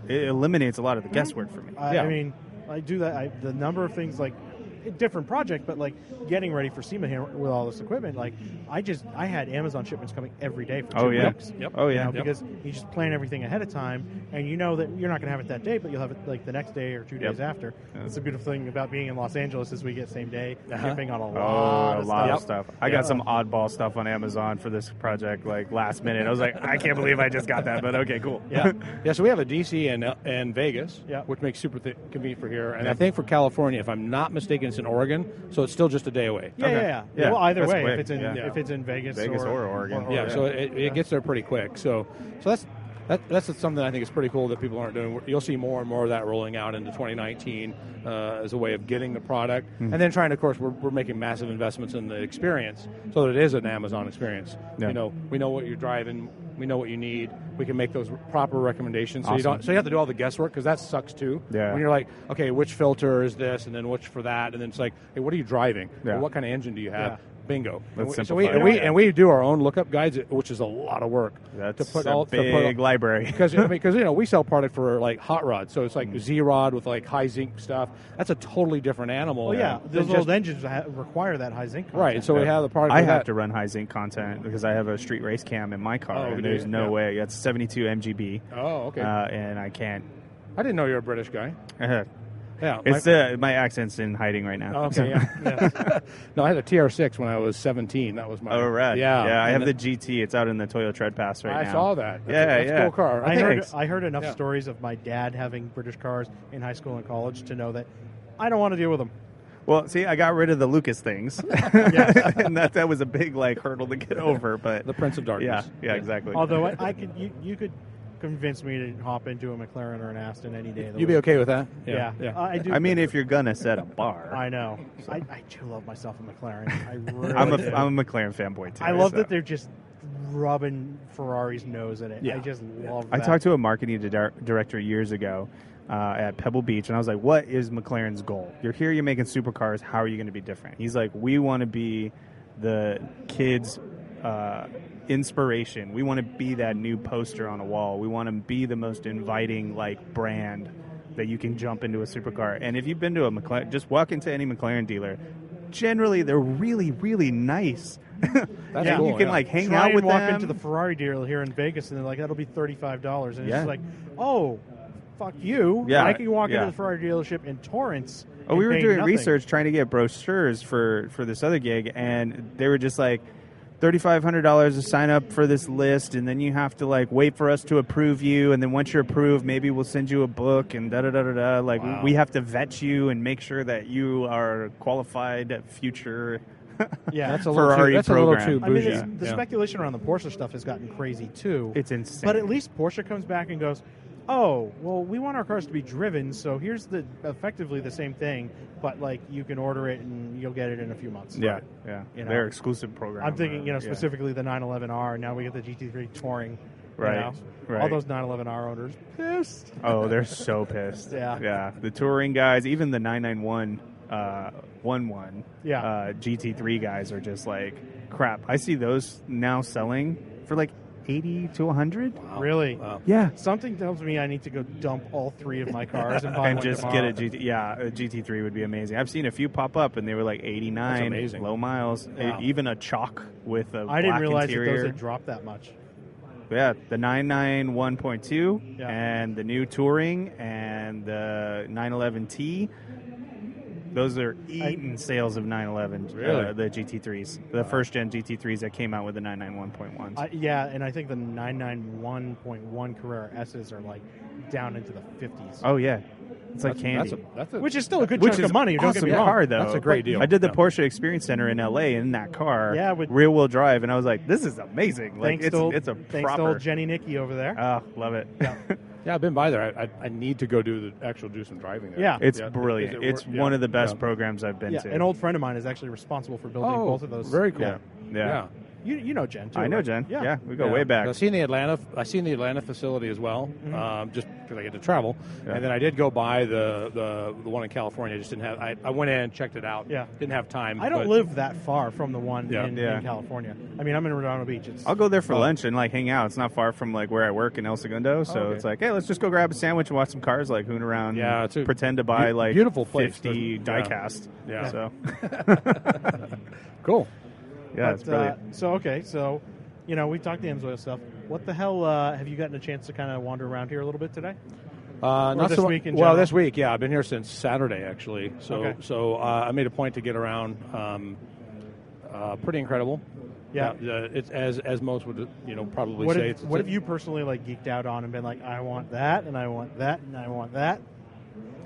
S4: it eliminates a lot of the guesswork for me.
S3: I,
S5: Yeah.
S3: I mean, I do that. I, the number of things like a different project, but like getting ready for SEMA here with all this equipment. Like I just I had Amazon shipments coming every day for two
S4: Oh, yeah.
S3: weeks.
S5: Yep.
S4: Oh,
S3: You
S4: yeah.
S3: know, because you just plan everything ahead of time, and you know that you're not going to have it that day, but you'll have it like the next day or two
S4: Yep.
S3: days after.
S4: Yeah.
S3: That's the beautiful thing about being in Los Angeles is we get same day
S5: Uh-huh.
S3: shipping on a lot
S4: Oh, a
S3: of
S4: lot
S3: stuff.
S4: of stuff. I
S3: Yeah.
S4: got some oddball stuff on Amazon for this project, like last minute. I was like, I can't believe I just got that, but okay, cool.
S5: Yeah. yeah. So we have a DC and uh, and Vegas,
S3: Yeah.
S5: which makes super th- convenient for here. And I think for California, if I'm not mistaken, it's in Oregon, so it's still just a day away.
S3: Yeah,
S4: Okay.
S3: yeah, yeah,
S4: Yeah.
S3: Well, either
S4: That's
S3: way, if
S4: quick.
S3: it's in
S4: Yeah.
S3: if it's in Vegas,
S4: Vegas
S3: or,
S4: or Oregon.
S3: Oh,
S5: yeah,
S4: yeah.
S5: so it, it gets there pretty quick. So, so that's that, that's just something I think is pretty cool that people aren't doing. You'll see more and more of that rolling out into 2019 uh, as a way of getting the product,
S4: Mm-hmm.
S5: and then trying. to, Of course, we're, we're making massive investments in the experience so that it is an Amazon experience.
S4: Yeah.
S5: You know, we know what you're driving, we know what you need, we can make those proper recommendations. So you
S4: Awesome.
S5: don't. So you have to do all the guesswork because that sucks too.
S4: Yeah.
S5: When you're like, okay, which filter is this, and then which for that, and then it's like, hey, what are you driving?
S4: Yeah.
S5: Well, what kind of engine do you have?
S3: Yeah.
S5: Bingo. And
S4: Let's
S5: we- so we,
S4: simplify
S5: and
S4: it.
S5: we and we do our own lookup guides, which is a lot of work.
S4: [LAUGHS] That's
S5: to put
S4: a
S5: all
S4: big
S5: to put all,
S4: library. [LAUGHS]
S5: because I mean, because you know we sell product for like hot rods, so it's like
S4: Mm.
S5: Z rod with like high zinc stuff. That's a totally different animal.
S3: Well, yeah,
S5: than
S3: those
S5: just-
S3: old engines ha- require that high zinc. Content.
S5: right. So we have the product.
S4: I
S5: for
S4: have
S5: that.
S4: to run high zinc content because I have a street race cam in my car,
S5: Oh,
S4: and
S5: do
S4: there's
S5: you?
S4: no
S5: Yeah.
S4: way. It's 72 MGB,
S5: Oh, okay.
S4: uh, and I can't [LAUGHS]
S5: I didn't know you were a British guy.
S4: Uh-huh.
S5: Yeah, my-
S4: It's uh, my accent's in hiding right now.
S5: [LAUGHS] Oh, Okay, yeah. yeah. no, I had a TR6 when I was 17. That was my.
S4: [LAUGHS] Oh, right.
S5: Yeah,
S4: Yeah, I
S5: and
S4: have the GT. It's out in the Toyo Tread Pass right
S5: I
S4: now.
S5: saw that. That's a-
S4: Yeah,
S5: that's
S4: yeah.
S5: A cool car.
S3: I,
S5: I think
S3: heard,
S4: Thanks.
S3: I heard enough
S5: Yeah.
S3: stories of my dad having British cars in high school and college to know that I don't want to deal
S4: [LAUGHS]
S3: with them.
S4: Well, see, I got rid of the Lucas
S5: [LAUGHS]
S4: things, [LAUGHS] and that that was a big like hurdle to get over. But
S5: the Prince of
S4: yeah,
S5: Darkness.
S4: yeah, exactly.
S3: Although I, I could, you, you could convince me to hop into a McLaren or an Aston any day. Of the
S5: You'd be
S3: week.
S5: okay with that?
S3: Yeah,
S5: yeah.
S3: I do.
S4: I mean, if you're gonna set a bar,
S3: I know. I, I do love myself a McLaren. I
S4: [LAUGHS]
S3: really
S4: I'm a
S3: do.
S4: am a McLaren fanboy too.
S3: I love
S4: so.
S3: that they're just rubbing Ferrari's nose in it. I
S5: Yeah.
S3: just love.
S4: I
S3: that.
S4: talked to a marketing di- director years ago uh, at Pebble Beach, and I was like, "What is McLaren's goal? You're here, you're making supercars. How are you going to be different?" He's like, "We want to be the kids' uh, inspiration. We want to be that new poster on a wall. We want to be the most inviting like brand that you can jump into a supercar. And if you've been to a McLaren, just walk into any McLaren dealer. Generally, they're really, really nice. [LAUGHS]
S5: That's
S4: And
S5: cool,
S4: you can
S5: yeah.
S4: like hang
S3: Try
S4: out
S3: and
S4: with
S3: walk
S4: them.
S3: into the Ferrari deal here in Vegas, and they're like, "That'll be thirty-five dollars," and it's
S4: Yeah.
S3: just like, "Oh, fuck you!"
S4: Yeah.
S3: I can walk
S4: Yeah.
S3: into the Ferrari dealership in Torrance.
S4: Oh,
S3: and
S4: we were
S3: pay
S4: doing
S3: nothing.
S4: research trying to get brochures for for this other gig, and they were just like thirty five hundred dollars to sign up for this list, and then you have to like wait for us to approve you, and then once you're approved, maybe we'll send you a book and da da da da da. Like
S5: Wow.
S4: we have to vet you and make sure that you are a qualified future.
S3: Yeah,
S5: That's a little
S4: Ferrari
S5: too, that's
S4: program.
S5: a little too
S3: I mean,
S5: bougie.
S3: it's, the
S5: Yeah.
S3: speculation around the Porsche stuff has gotten crazy too.
S4: It's insane.
S3: but at least Porsche comes back and goes, "Oh, well, we want our cars to be driven, so here's the effectively the same thing, but like you can order it and you'll get it in a few months."
S4: yeah, yeah,
S3: You know.
S4: their exclusive program.
S3: I'm thinking, you know,
S4: or- yeah.
S3: specifically the 911R. Now we get the GT3 touring. you
S4: Right,
S3: know?
S4: right.
S3: All those 911R owners pissed.
S4: Oh, they're so
S3: [LAUGHS]
S4: pissed.
S3: Yeah.
S4: Yeah. The touring guys, even the 991 uh 11
S3: Yeah.
S4: uh GT3 guys are just like crap. I see those now selling for like 80 to 100.
S3: Really?
S5: Wow.
S4: Yeah.
S3: Something tells me I need to go dump all three of my cars
S4: [LAUGHS]
S3: and buy
S4: And
S3: one
S4: just get
S3: tomorrow.
S4: a GT yeah, a GT3 would be amazing. I've seen a few pop up and they were like 89
S5: That's amazing.
S4: low miles,
S5: Wow.
S4: e- even a chalk with a
S3: I didn't
S4: black
S3: realize that
S4: interior.
S3: those had dropped that much.
S4: Yeah, the 991.2
S3: Yeah.
S4: and the new Touring and the 911T. Those are eating sales of 911,
S5: Really?
S4: uh, the GT3s, the first gen GT3s that came out with the 991.1s.
S3: I, yeah, and I think the 991.1 Carrera S's are like down into the 50s.
S4: oh yeah, it's like
S5: That's-
S4: candy.
S5: That's a, that's a,
S3: Which is still a good
S4: Which
S3: chunk
S4: is
S3: of money. Don't get
S4: awesome
S3: me wrong.
S4: car though.
S5: That's a great deal.
S4: I did the
S5: Yeah.
S4: Porsche Experience Center in LA in that car.
S3: Yeah, with-
S4: rear wheel drive, and I was like, this is amazing. Like
S3: thanks
S4: it's
S3: to old,
S4: it's a
S3: thanks to
S4: proper.
S3: old Jenny Nicky over there.
S4: Ah, love it.
S5: yeah, I've been by there. I, I, I need to go do the actual do some driving there.
S3: Yeah.
S4: [LAUGHS] It's
S5: is it
S4: brilliant.
S5: wor-
S4: it's
S5: yeah,
S4: one of the best
S5: yeah.
S4: programs I've been
S3: yeah,
S4: to.
S3: an old friend of mine is actually responsible for building
S5: Oh,
S3: both of those.
S5: very cool.
S4: Yeah. yeah.
S5: yeah.
S3: You, you know Jen too.
S4: I know
S3: right?
S4: Jen. Yeah,
S3: yeah.
S4: we go
S5: Yeah.
S4: way back.
S5: I've seen the Atlanta. I've seen the Atlanta facility as well,
S3: Mm-hmm.
S5: um, just because I get to travel.
S4: Yeah.
S5: And then I did go by the, the the one in California. I just didn't have. I, I went in and checked it out.
S3: Yeah.
S5: didn't have time.
S3: I don't
S5: but-
S3: live that far from the one
S5: Yeah.
S3: In,
S4: Yeah.
S3: in California. I mean, I'm in Redondo Beach. It's,
S4: I'll go there for lunch and like hang out. It's not far from like where I work in El Segundo, so
S5: Oh, okay.
S4: it's like, hey, let's just go grab a sandwich and watch some cars like hoon around.
S5: Yeah,
S4: and
S5: it's a
S4: pretend to buy
S5: be-
S4: like
S5: beautiful place,
S4: fifty
S5: doesn't- yeah.
S4: diecast.
S3: [LAUGHS]
S5: Yeah.
S4: so
S5: Cool.
S4: yeah, it's
S3: but, uh,
S4: brilliant.
S3: so okay, so you know we talked the Emsoil stuff. What the hell uh, have you gotten a chance to kind of wander around here a little bit today?
S5: Uh, not
S3: this
S5: so mu-
S3: week in
S5: well,
S3: general?
S5: this week, yeah, I've been here since Saturday actually. So,
S3: Okay.
S5: so uh, I made a point to get around. Um, uh, pretty incredible.
S3: Yeah.
S5: uh, it's as as most would you know probably
S3: what
S5: say.
S3: have,
S5: it's,
S3: what
S5: it's-
S3: have you personally like geeked out on and been like, I want that, and I want that, and I want that?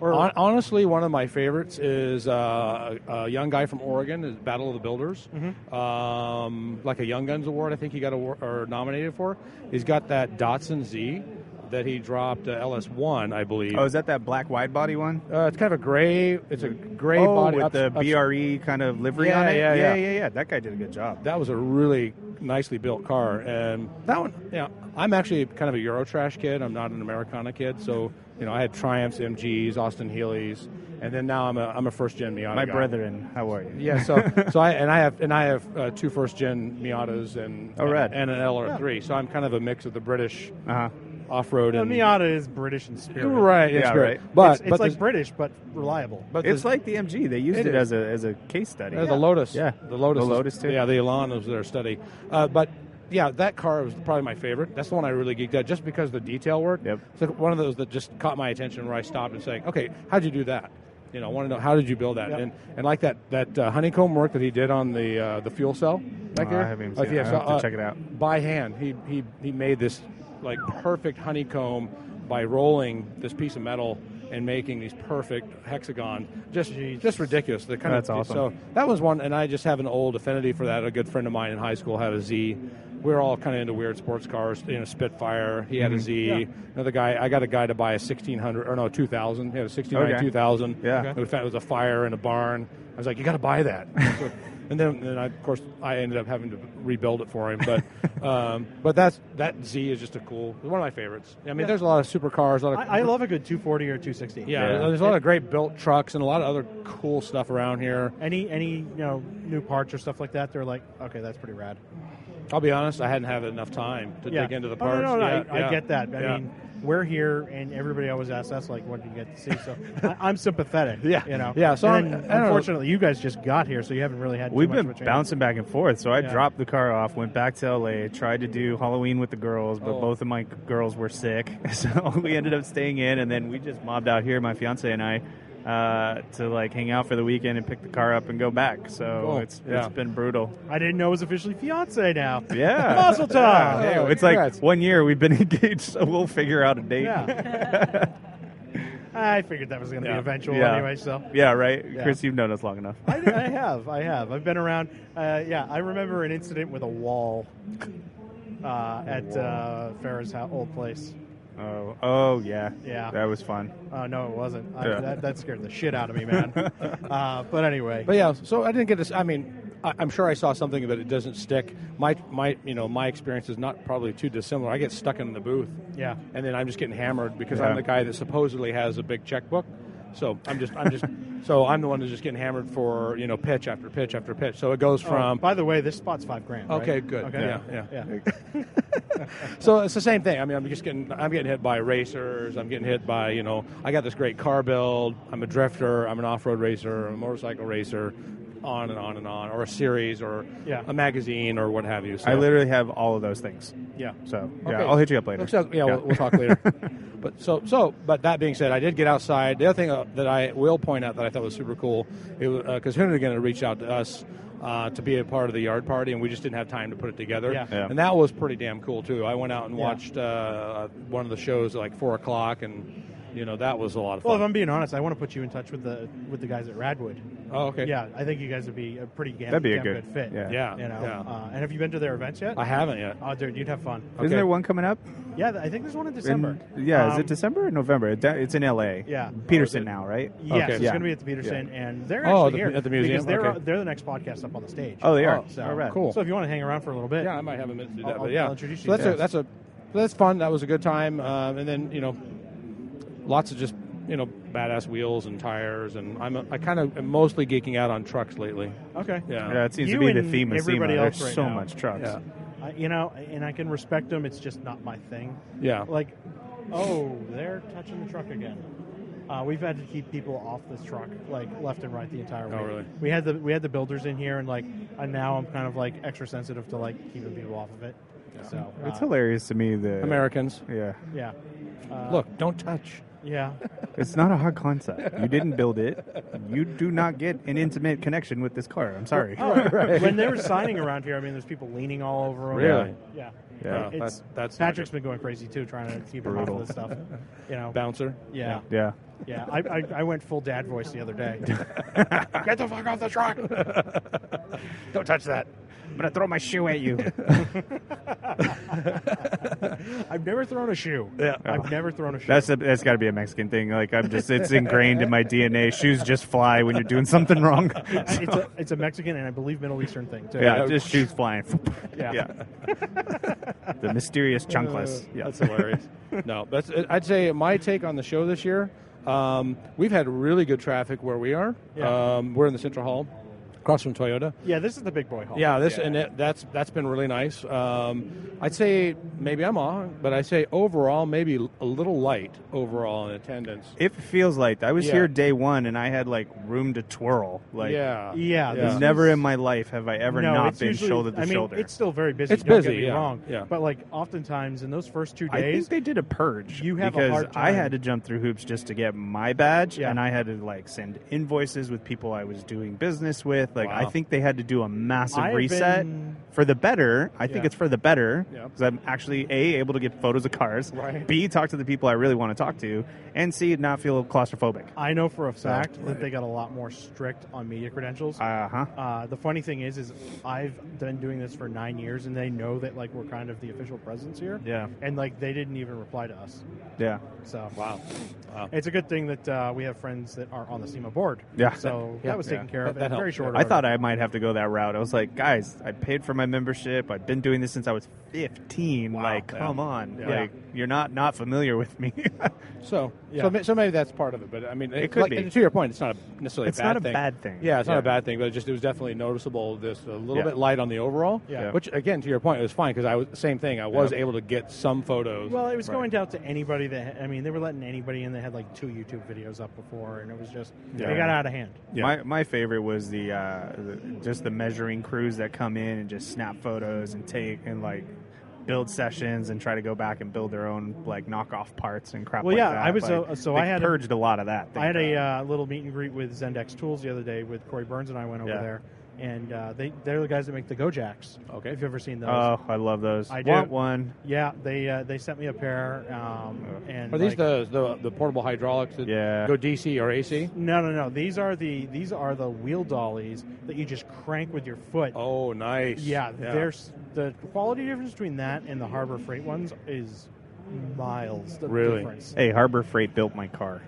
S3: Or
S5: Hon- honestly, one of my favorites is uh, a young guy from Oregon, is Battle of the Builders, um, like a Young Guns Award. I think he got awar- or nominated for. He's got that Datsun Z that he dropped uh, LS one, I believe.
S4: oh, is that that black wide body one?
S5: uh, it's kind of a gray. It's a gray
S4: oh,
S5: body
S4: with
S5: ups-
S4: the
S5: ups-
S4: BRE kind of livery
S5: Yeah,
S4: on it.
S5: yeah,
S4: yeah,
S5: yeah.
S4: yeah, That guy did a good job.
S5: That was a really nicely built car, and that one. Yeah, I'm actually kind of a Eurotrash kid. I'm not an Americana kid, so you know I had Triumphs, MGs, Austin Healys, and then now I'm a I'm a first gen Miata.
S4: My
S5: guy.
S4: brethren, how are you?
S5: Yeah, so so I and I have and I have uh, two first gen Miatas and
S4: Oh, rad.
S5: and an LR3. So I'm kind of a mix of the British
S4: Uh huh.
S5: off road
S3: the
S5: and
S3: Miata is British in spirit.
S5: Right, it's
S4: Yeah,
S5: great.
S4: right.
S5: But
S3: it's, it's
S5: but
S3: like
S5: the,
S3: British but reliable.
S5: but
S4: It's
S5: the,
S4: like the MG. They used
S5: It
S4: it, as
S5: is.
S4: a as a case study.
S5: uh, the Lotus.
S4: Yeah.
S5: the Lotus.
S4: The
S5: is-
S4: Lotus, too.
S5: Yeah, the Elan was their study. Uh, but yeah, that car was probably my favorite. That's the one I really geeked at just because of the detail work.
S4: Yep.
S5: It's like one of those that just caught my attention where I stopped and saying, okay, how'd you do that? You know, I want to know how did you build that?
S3: Yep.
S5: And and like that that uh, honeycomb work that he did on the uh, the fuel cell back
S4: Oh, I
S5: there.
S4: haven't even
S5: Like,
S4: seen it. I'll
S5: yeah, so,
S4: have to
S5: uh,
S4: check it out.
S5: by hand. He he he made this like perfect honeycomb by rolling this piece of metal and making these perfect hexagon. Just just ridiculous. The kind
S4: That's
S5: of
S4: awesome.
S5: so that was one, and I just have an old affinity for that. A good friend of mine in high school had a Z. We were all kind of into weird sports cars, you know, Spitfire. He
S4: Mm-hmm.
S5: had a Z. Another guy, I got a guy to buy a 1600 or no 2000. He had a 69
S4: Okay.
S5: 2000.
S4: Yeah.
S5: It was, it was a fire in a barn. I was like, you got to
S3: [LAUGHS]
S5: buy that. So- and then, then I, of course, I ended up having to rebuild it for him.
S3: [LAUGHS]
S5: But um, but that's that Z is just a cool one of my favorites. I mean, there's a lot of supercars. A lot of
S3: I, I love a good 240 or 260.
S5: Yeah,
S4: Yeah.
S5: there's a lot of great built trucks and a lot of other cool stuff around here.
S3: Any any you know new parts or stuff like that, they're like, okay, that's pretty rad.
S5: I'll be honest, I hadn't had enough time to
S3: yeah.
S5: dig into the
S3: Oh,
S5: parts.
S3: no, no, no,
S5: Yeah,
S3: I,
S5: yeah.
S3: I get that. I
S5: Yeah.
S3: mean, we're here, and everybody always asks us like, what did you get to see? So I, I'm sympathetic.
S5: Yeah.
S3: you know.
S5: Yeah, so
S3: And
S5: I'm- I don't know.
S3: unfortunately, you guys just got here, so you haven't really had. Too
S4: We've
S3: much
S4: been
S3: of a chance.
S4: bouncing back and forth. So I
S3: Yeah.
S4: dropped the car off, went back to LA, tried to do Halloween with the girls, but
S5: Oh.
S4: both of my girls were sick. [LAUGHS] So we ended up staying in, and then we just mobbed out here, my fiance and I, uh, to like hang out for the weekend and pick the car up and go back. So
S5: Cool.
S4: it's
S5: Yeah.
S4: it's been brutal.
S3: I didn't know it was officially fiance
S5: [LAUGHS]
S3: now.
S4: Yeah.
S3: Mazel tov.
S4: Yeah.
S5: Hey,
S4: it's like
S5: congrats.
S4: one year we've been [LAUGHS] engaged, so we'll figure out a date.
S3: Yeah.
S5: [LAUGHS]
S3: I figured that was going to
S5: Yeah.
S3: be eventual
S4: Yeah.
S3: anyway. So
S4: Yeah, right?
S3: Yeah.
S4: Chris, you've known us long enough.
S3: I, I have, I have. I've been around. Uh, yeah, I remember an incident with a wall uh, at uh, Farrah's ho- old place.
S4: Oh, oh yeah.
S3: Yeah.
S4: That was fun.
S3: Uh, no, it wasn't. I,
S4: Yeah.
S3: that, that scared the shit out of me,
S4: [LAUGHS]
S3: man. uh, but anyway,
S5: But yeah, so I didn't get this. I mean, I, I'm sure I saw something, but it doesn't stick. My my you know my experience is not probably too dissimilar. I get stuck in the booth,
S3: yeah.
S5: and then I'm just getting hammered because
S4: Yeah.
S5: I'm the guy that supposedly has a big checkbook. So I'm just I'm just [LAUGHS] so I'm the one who's just getting hammered for you know pitch after pitch after pitch. So it goes
S4: Oh.
S3: From
S5: from
S3: Oh, by the way, this spot's five grand. right?
S5: Okay, good.
S3: Okay.
S5: Yeah, yeah.
S3: yeah.
S5: So it's the same thing. I mean, I'm just getting I'm getting hit by racers. I'm getting hit by you know I got this great car build. I'm a drifter. I'm an off-road racer. I'm a motorcycle racer. On and on and on, or a series, or
S3: Yeah.
S5: a magazine, or what have you. So.
S4: I literally have all of those things.
S3: yeah.
S4: So yeah,
S5: Okay.
S4: I'll hit you up later.
S5: So, yeah, We'll, we'll
S3: [LAUGHS]
S5: talk later. but so so. But that being said, I did get outside. The other thing uh, that I will point out that I thought was super cool, because uh, Hoonigan had reached out to us uh, to be a part of the yard party, and we just didn't have time to put it together.
S3: Yeah.
S4: Yeah.
S5: And that was pretty damn cool too. I went out and
S3: Yeah.
S5: watched uh, one of the shows at like four o'clock, and you know that was a lot of
S3: Well, if
S5: fun.
S3: I'm being honest, I want to put you in touch with the with the guys at Radwood.
S5: oh, okay.
S3: Yeah, I think you guys would be a pretty damn,
S4: That'd be a
S3: damn
S4: good-
S3: good, fit.
S4: yeah.
S5: Yeah,
S3: You know.
S5: yeah.
S3: Uh, and have you been to their events yet?
S5: I haven't yet.
S3: oh, dude, you'd have fun.
S5: okay.
S4: Isn't there one coming up?
S3: Yeah, th- I think there's one in
S4: In-
S3: December.
S4: yeah, is
S3: Um,
S4: it December or November? It- It's in LA.
S3: Yeah.
S4: Peterson now, right?
S3: Yes,
S5: Okay.
S3: it's
S4: Yeah.
S3: going to be at the Peterson, and they're
S5: Oh,
S3: actually
S5: the-
S3: here
S5: at the museum?
S3: Because they're
S5: Okay.
S3: they're the next podcast up on the stage.
S4: Oh, they are.
S5: Oh,
S3: so
S4: All right.
S5: cool.
S3: So if you want to hang around for a little bit,
S5: Yeah, I might have a minute to do that.
S3: I'll-
S5: but yeah,
S3: I'll introduce
S5: so
S3: you
S5: that's
S3: to
S5: a, that's a that's fun. That was a good time. Um, and then you know, lots of just you know badass wheels and tires. And I'm a, I kind of am mostly geeking out on trucks lately.
S3: okay.
S5: Yeah.
S4: Yeah, it seems
S3: You
S4: to be the
S3: and
S4: theme of SEMA.
S3: everybody
S4: There's
S3: else right
S4: so
S3: now.
S4: much trucks.
S5: Yeah.
S3: I, you know, and I can respect them. It's just not my thing.
S5: Yeah.
S3: Like, oh, they're touching the truck again. Uh, we've had to keep people off this truck like left and right the entire way.
S5: Oh, really?
S3: We had the we had the builders in here, and like, and now I'm kind of like extra sensitive to like keeping people off of it. So uh,
S4: It's hilarious to me that
S5: Americans,
S4: Yeah,
S3: Yeah. Uh,
S5: look, don't touch.
S4: [LAUGHS]
S3: Yeah.
S4: it's not a hard concept. You didn't build it. You do not get an intimate connection with this car. I'm sorry.
S3: Oh, When they were signing around here, I mean, there's people leaning all over them.
S5: Really?
S3: Yeah.
S4: Yeah.
S5: Yeah.
S3: It's,
S5: That- that's not
S3: Patrick's been going crazy too, trying to keep him off
S4: Brutal.
S3: of this stuff. You
S4: [LAUGHS]
S3: know.
S5: Bouncer.
S3: Yeah.
S4: Yeah.
S3: Yeah. I, I, I went full dad voice the other
S4: [LAUGHS]
S3: day.
S5: Get the fuck off the truck. don't touch that.
S4: I'm gonna throw my shoe at you.
S3: I've never thrown a shoe.
S5: Yeah.
S3: I've never thrown a shoe.
S4: [LAUGHS] That's a, that's got to be a Mexican thing. Like I'm just, it's ingrained in my DNA. Shoes just fly when you're doing something wrong.
S3: I- it's, a, it's a Mexican and I believe Middle Eastern thing too.
S4: [LAUGHS] yeah, just shoes flying. [LAUGHS]
S3: Yeah. [LAUGHS]
S4: the mysterious chunkless.
S5: Uh,
S4: Yeah.
S3: [LAUGHS]
S5: That's hilarious. no, but that's- I'd say my take on the show this year. Um, we've had really good traffic where we are.
S3: Yeah.
S5: Um, we're in the central hall, across from Toyota.
S3: Yeah, this is the big boy hall.
S5: Yeah, this
S6: Yeah.
S5: and that, that's that's been really nice. Um, I'd say maybe I'm wrong, but I say overall maybe a little light overall in attendance.
S4: If it feels like I was
S5: Yeah.
S4: here day one and I had like room to twirl. Like
S5: yeah,
S3: yeah.
S5: Yeah.
S3: This is-
S4: never in my life have I ever
S3: no,
S4: not
S3: it's
S4: been
S3: usually,
S4: shoulder to
S3: I mean,
S4: shoulder.
S3: It's still very busy.
S5: It's
S3: don't
S5: busy,
S3: Get me
S5: yeah,
S3: wrong.
S5: yeah.
S3: But like oftentimes in those first two
S4: I
S3: days,
S4: think they did a purge.
S3: You have a
S4: because
S3: hard
S4: I had
S3: time.
S4: to jump through hoops just to get my badge,
S3: Yeah.
S4: and I had to like send invoices with people I was doing business with. Like I
S5: Wow.
S4: think they had to do a massive
S3: I have
S4: reset
S3: been-
S4: for the better. I think
S5: Yeah.
S4: it's for the better
S5: Yeah.
S4: because I'm actually a able to get photos of cars,
S3: Right.
S4: b talk to the people I really want to talk to, and c not feel claustrophobic.
S3: I know for a fact
S4: right.
S3: that they got a lot more strict on media credentials.
S4: Uh huh.
S3: Uh, the funny thing is, is I've been doing this for nine years, and they know that like we're kind of the official presence here,
S4: Yeah.
S3: and like they didn't even reply to us.
S4: Yeah.
S3: So
S5: wow, wow.
S3: it's a good thing that uh, we have friends that are on the SEMA
S5: [LAUGHS]
S3: board.
S4: Yeah.
S3: So
S5: Yeah.
S3: that was taken
S5: Yeah.
S3: care of.
S5: That- that
S3: in very
S5: helped.
S3: short.
S4: I thought I might have to go that route. I was like, guys, I paid for my membership. I've been doing this since I was 15. Like,
S5: Yeah.
S4: come on.
S5: Yeah.
S4: Like, you're not not familiar with me. [LAUGHS]
S5: So,
S3: Yeah.
S5: so, ma- so maybe that's part of it. But I mean,
S4: It could
S5: like-
S4: be.
S5: and to your point, it's not a, necessarily
S4: it's
S5: a bad
S4: not a
S5: thing.
S4: bad thing.
S5: Yeah, it's not a bad thing, but it just it was definitely noticeable. This a little
S4: Yeah.
S5: bit light on the overall.
S3: Yeah.
S5: Which again, to your point, it was fine because I was same thing. I was able to get some photos.
S3: Well, it was going out to anybody that I mean, they were letting anybody in that had like two YouTube videos up before, and it was just
S5: Yeah.
S3: they got out of hand.
S5: Yeah.
S4: My, my favorite was the, uh, the just the measuring crews that come in and just snap photos and take and like build sessions and try to go back and build their own like knockoff parts and crap.
S3: Well,
S4: like
S3: yeah,
S4: that.
S3: I was,
S4: Like,
S3: uh, so
S4: they
S3: I had a-
S4: purged a, lot of that.
S3: I had
S4: thank
S3: a
S4: God.
S3: uh, little meet and greet with Zendex Tools the other day with Corey Burns and I went over
S4: Yeah.
S3: there, and uh, they they're the guys that make the Gojacks.
S5: Okay.
S3: if you've ever seen those.
S4: oh, I love those.
S3: uh, I do.
S4: Want one?
S3: yeah, they uh, they sent me a pair. Um, and
S5: Are these
S3: like-
S5: the, the the portable hydraulics that
S4: Yeah.
S5: go DC or AC?
S3: No, no, no. These are the these are the wheel dollies that you just crank with your foot.
S5: Oh, nice.
S3: yeah, there's the quality difference between that and the Harbor Freight ones is miles. The
S5: Really?
S3: Difference.
S4: Hey, Harbor Freight built my car.